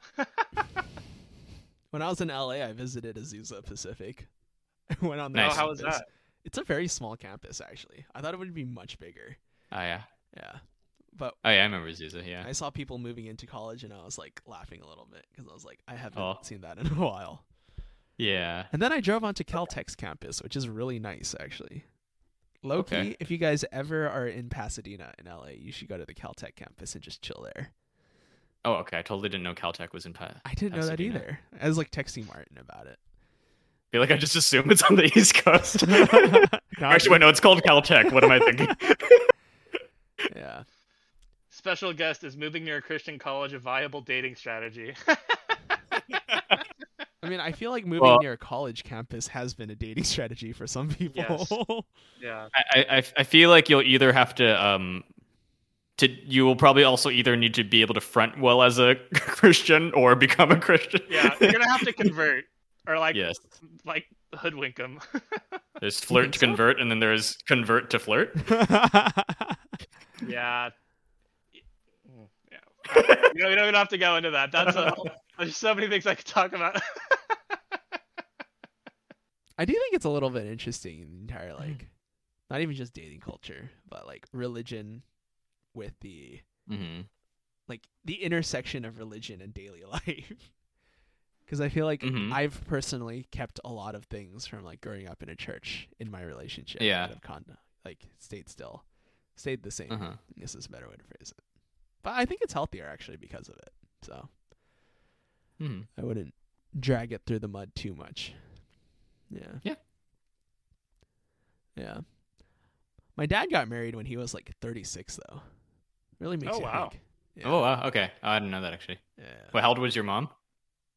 [SPEAKER 1] when I was in LA, I visited Azusa Pacific. I went on the
[SPEAKER 2] Nice.
[SPEAKER 3] Oh, how was that?
[SPEAKER 1] It's a very small campus actually. I thought it would be much bigger.
[SPEAKER 2] oh yeah,
[SPEAKER 1] Yeah. But
[SPEAKER 2] oh yeah, I remember Azusa. Yeah,
[SPEAKER 1] I saw people moving into college and I was like laughing a little bit because I was like, I haven't
[SPEAKER 2] Oh.
[SPEAKER 1] seen that in a while.
[SPEAKER 2] yeah.
[SPEAKER 1] And then I drove onto Caltech's campus, which is really nice actually. Low
[SPEAKER 2] Okay.
[SPEAKER 1] key, if you guys ever are in Pasadena in LA, you should go to the Caltech campus and just chill there.
[SPEAKER 2] Oh okay, I totally didn't know Caltech was in Pat.
[SPEAKER 1] I didn't know that
[SPEAKER 2] Pasadena.
[SPEAKER 1] either. I was like texting Martin about it.
[SPEAKER 2] I feel like I just assume it's on the East Coast.
[SPEAKER 1] Not-
[SPEAKER 2] Actually, wait, no, it's called Caltech. What am I thinking?
[SPEAKER 1] yeah.
[SPEAKER 3] Special guest is moving near a Christian college a viable dating strategy.
[SPEAKER 1] I mean, I feel like moving
[SPEAKER 2] Well-
[SPEAKER 1] near a college campus has been a dating strategy for some people.
[SPEAKER 3] yeah.
[SPEAKER 2] I, I, I feel like you'll either have to um to you will probably also either need to be able to front well as a Christian or become a Christian.
[SPEAKER 3] Yeah, you're gonna have to convert or like
[SPEAKER 2] yes.
[SPEAKER 3] like hoodwink them.
[SPEAKER 2] There's flirt to convert and then there's convert to flirt.
[SPEAKER 3] yeah. Mm, Yeah. You know, we don't even have to go into that. That's a, there's so many things I could talk about.
[SPEAKER 1] I do think it's a little bit interesting in the
[SPEAKER 2] Mm.
[SPEAKER 1] entire like not even just dating culture, but like religion with the
[SPEAKER 2] mm-hmm.
[SPEAKER 1] like the intersection of religion and daily life. Cuz I feel like
[SPEAKER 2] Mhm.
[SPEAKER 1] I've personally kept a lot of things from like growing up in a church in my relationship
[SPEAKER 2] Yeah.
[SPEAKER 1] that have con- like stayed still. Stayed the same.
[SPEAKER 2] Uh-huh.
[SPEAKER 1] I guess is a better way to phrase it. But I think it's healthier actually because of it. So
[SPEAKER 2] Mhm.
[SPEAKER 1] I wouldn't drag it through the mud too much. Yeah.
[SPEAKER 2] Yeah.
[SPEAKER 1] Yeah. My dad got married when he was like 36, though. Really makes
[SPEAKER 3] Oh,
[SPEAKER 1] you
[SPEAKER 3] wow.
[SPEAKER 1] think. Yeah.
[SPEAKER 2] Oh wow, okay. I didn't know that actually.
[SPEAKER 1] Yeah.
[SPEAKER 2] Well, how old was your mom?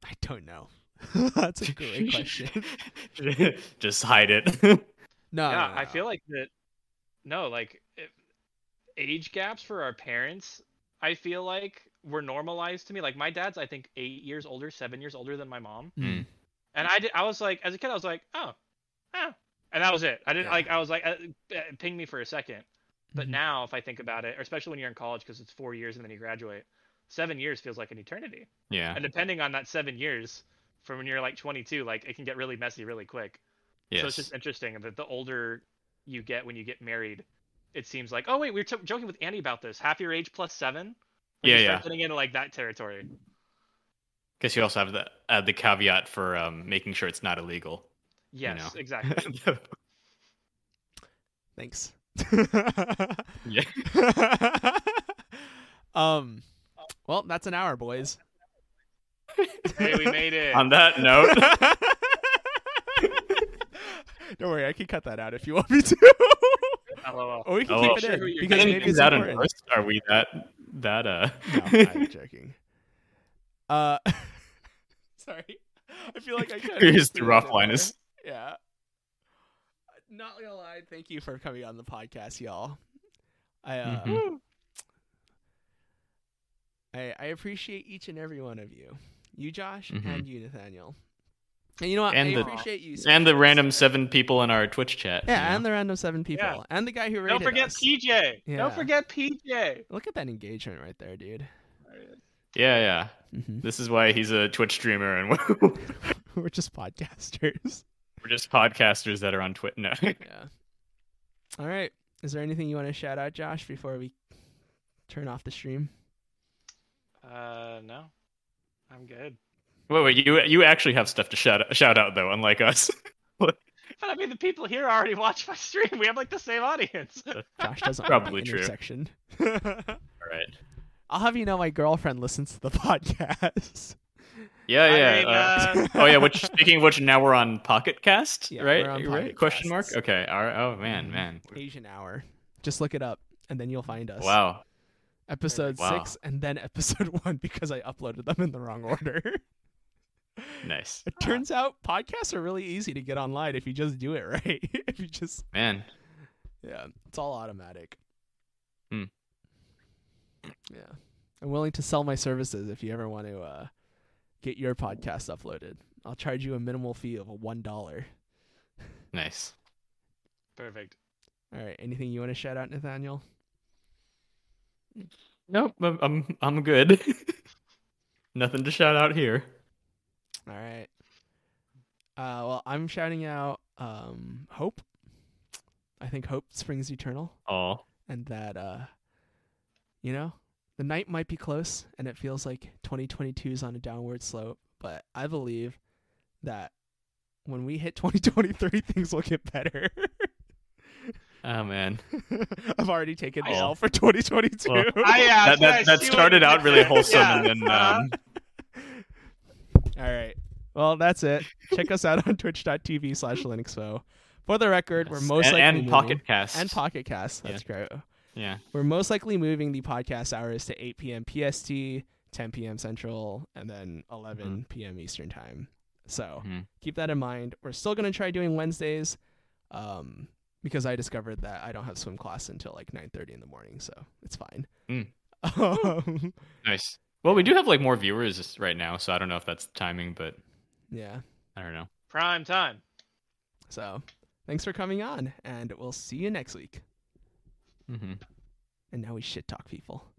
[SPEAKER 1] I don't know. That's a great question.
[SPEAKER 2] just hide it.
[SPEAKER 1] No,
[SPEAKER 3] yeah,
[SPEAKER 1] no,
[SPEAKER 2] Ah.
[SPEAKER 1] no,
[SPEAKER 3] I
[SPEAKER 1] no.
[SPEAKER 3] feel like that. No, like it, age gaps for our parents, I feel like were normalized to me. Like my dad's, I think eight years older, seven years older than my mom,
[SPEAKER 1] Mm.
[SPEAKER 3] and I did. I was like, as a kid, I was like, oh, oh, and that was it. I didn't
[SPEAKER 1] Yeah.
[SPEAKER 3] like. I was like, uh, uh, ping me for a second. But
[SPEAKER 2] Mm-hmm.
[SPEAKER 1] Mhm.
[SPEAKER 3] now, if I think about it, or especially when you're in college, because it's four years and then you graduate, seven years feels like an eternity.
[SPEAKER 2] yeah.
[SPEAKER 3] And depending on that seven years, from when you're like 22, like it can get really messy really quick.
[SPEAKER 2] Yes.
[SPEAKER 3] So it's just interesting that the older you get when you get married, it seems like oh wait we were t- joking with Annie about this half your age plus seven. Like,
[SPEAKER 2] Yeah,
[SPEAKER 3] you start
[SPEAKER 2] yeah.
[SPEAKER 3] Getting into like that territory.
[SPEAKER 2] Because you also have the uh, the caveat for um, making sure it's not illegal. you
[SPEAKER 3] Yes,
[SPEAKER 2] know.
[SPEAKER 3] exactly.
[SPEAKER 1] Thanks.
[SPEAKER 2] yeah.
[SPEAKER 1] um, well, that's an hour, boys.
[SPEAKER 3] hey, we made it.
[SPEAKER 2] On that note,
[SPEAKER 1] Don't worry, I can cut that out if you want me to.
[SPEAKER 3] LOL.
[SPEAKER 1] or we can
[SPEAKER 2] Oh,
[SPEAKER 1] keep
[SPEAKER 2] well.
[SPEAKER 1] it
[SPEAKER 3] Sure,
[SPEAKER 1] in
[SPEAKER 3] you're
[SPEAKER 2] I
[SPEAKER 1] because
[SPEAKER 3] getting
[SPEAKER 2] didn't
[SPEAKER 1] maybe
[SPEAKER 2] do
[SPEAKER 1] it's
[SPEAKER 2] that on
[SPEAKER 1] important.
[SPEAKER 2] first. Are we that that uh?
[SPEAKER 1] No, I'm joking. Uh, sorry. I feel like I kind
[SPEAKER 2] You just threw off Linus.
[SPEAKER 1] Yeah. Not gonna lie, thank you for coming on the podcast, y'all. I uh,
[SPEAKER 2] Mhm.
[SPEAKER 1] I, I appreciate each and every one of you, you Josh
[SPEAKER 2] Mhm.
[SPEAKER 1] and you Nathaniel. And you know what?
[SPEAKER 2] And
[SPEAKER 1] I
[SPEAKER 2] the-
[SPEAKER 1] appreciate you.
[SPEAKER 2] and the
[SPEAKER 1] Spencer.
[SPEAKER 2] random seven people in our Twitch chat.
[SPEAKER 1] Yeah,
[SPEAKER 2] you
[SPEAKER 1] and
[SPEAKER 2] know?
[SPEAKER 1] the random seven people,
[SPEAKER 3] Yeah.
[SPEAKER 1] and the guy who rated
[SPEAKER 3] Don't forget
[SPEAKER 1] us.
[SPEAKER 3] PJ.
[SPEAKER 1] Yeah.
[SPEAKER 3] Don't forget PJ.
[SPEAKER 1] Look at that engagement right there, dude.
[SPEAKER 2] yeah, yeah.
[SPEAKER 1] Mhm.
[SPEAKER 2] This is why he's a Twitch streamer, and we're
[SPEAKER 1] We're just podcasters.
[SPEAKER 2] just podcasters that are on Twitch. No.
[SPEAKER 1] Yeah. All right. Is there anything you want to shout out, Josh, before we turn off the stream?
[SPEAKER 3] Uh, no, I'm good.
[SPEAKER 2] Wait, wait. You you actually have stuff to shout out, shout out though, unlike us.
[SPEAKER 3] But I mean, the people here already watch my stream. We have like the same audience.
[SPEAKER 1] Josh doesn't
[SPEAKER 2] Probably
[SPEAKER 1] like
[SPEAKER 2] true.
[SPEAKER 1] intersection.
[SPEAKER 2] All right.
[SPEAKER 1] I'll have you know my girlfriend listens to the podcast.
[SPEAKER 2] Yeah,
[SPEAKER 3] I
[SPEAKER 2] yeah.
[SPEAKER 3] mean,
[SPEAKER 2] uh,
[SPEAKER 3] uh,
[SPEAKER 2] oh yeah. Which speaking of which, now we're on Pocket Cast,
[SPEAKER 1] Yeah,
[SPEAKER 2] right?
[SPEAKER 1] we're on
[SPEAKER 2] right?
[SPEAKER 1] Pocket
[SPEAKER 2] Question mark.
[SPEAKER 1] Casts.
[SPEAKER 2] Okay. All right. Oh man,
[SPEAKER 1] Mhm.
[SPEAKER 2] man.
[SPEAKER 1] Asian Hour. Just look it up and then you'll find us.
[SPEAKER 2] Wow.
[SPEAKER 1] Episode
[SPEAKER 2] Wow.
[SPEAKER 1] 6 and then episode 1 because I uploaded them in the wrong order.
[SPEAKER 2] Nice.
[SPEAKER 1] It turns out podcasts are really easy to get online if you just do it right. if you just
[SPEAKER 2] Man.
[SPEAKER 1] Yeah, it's all automatic.
[SPEAKER 2] Hmm.
[SPEAKER 1] Yeah, I'm willing to sell my services if you ever want to uh, get your podcast uploaded. I'll charge you a minimal fee of one dollar.
[SPEAKER 2] Nice.
[SPEAKER 3] Perfect.
[SPEAKER 1] All right, anything you want to shout out, Nathaniel?
[SPEAKER 2] Nope. I'm I'm, I'm good. Nothing to shout out here.
[SPEAKER 1] All right. Uh, well, I'm shouting out um, hope. I think hope springs eternal,
[SPEAKER 2] Oh.
[SPEAKER 1] and that uh, you know, the night might be close, and it feels like 2022 is on a downward slope. But I believe that when we hit 2023, things will get better.
[SPEAKER 2] Oh man.
[SPEAKER 1] I've already taken the
[SPEAKER 2] I-
[SPEAKER 1] L for 2022.
[SPEAKER 2] Well,
[SPEAKER 3] I, uh,
[SPEAKER 2] That that, that started out really wholesome,
[SPEAKER 3] Yeah.
[SPEAKER 2] and then
[SPEAKER 3] Uh-huh.
[SPEAKER 2] um, uh,
[SPEAKER 1] All right. Well, that's it. Check us out on twitch.tv slash linuxfo. For the record, we're most
[SPEAKER 2] and,
[SPEAKER 1] likely
[SPEAKER 2] and
[SPEAKER 1] moving-
[SPEAKER 2] Pocket Cast
[SPEAKER 1] and Pocket Cast. That's great.
[SPEAKER 2] Yeah.
[SPEAKER 1] We're most likely moving the podcast hours to 8 p.m. PST, 10 p.m. Central, and then 11 p.m. Eastern time. So
[SPEAKER 2] Mhm.
[SPEAKER 1] keep that in mind. We're still gonna try doing Wednesdays, um, because I discovered that I don't have swim class until like 9:30 in the morning, so it's fine.
[SPEAKER 2] Mm.
[SPEAKER 1] Um,
[SPEAKER 2] Nice. Well, we do have like more viewers right now, so I don't know if that's timing, but
[SPEAKER 1] yeah.
[SPEAKER 2] I don't know.
[SPEAKER 3] Prime time.
[SPEAKER 1] So thanks for coming on, and we'll see you next week.
[SPEAKER 2] Mm-hmm.
[SPEAKER 1] And now we shit talk people.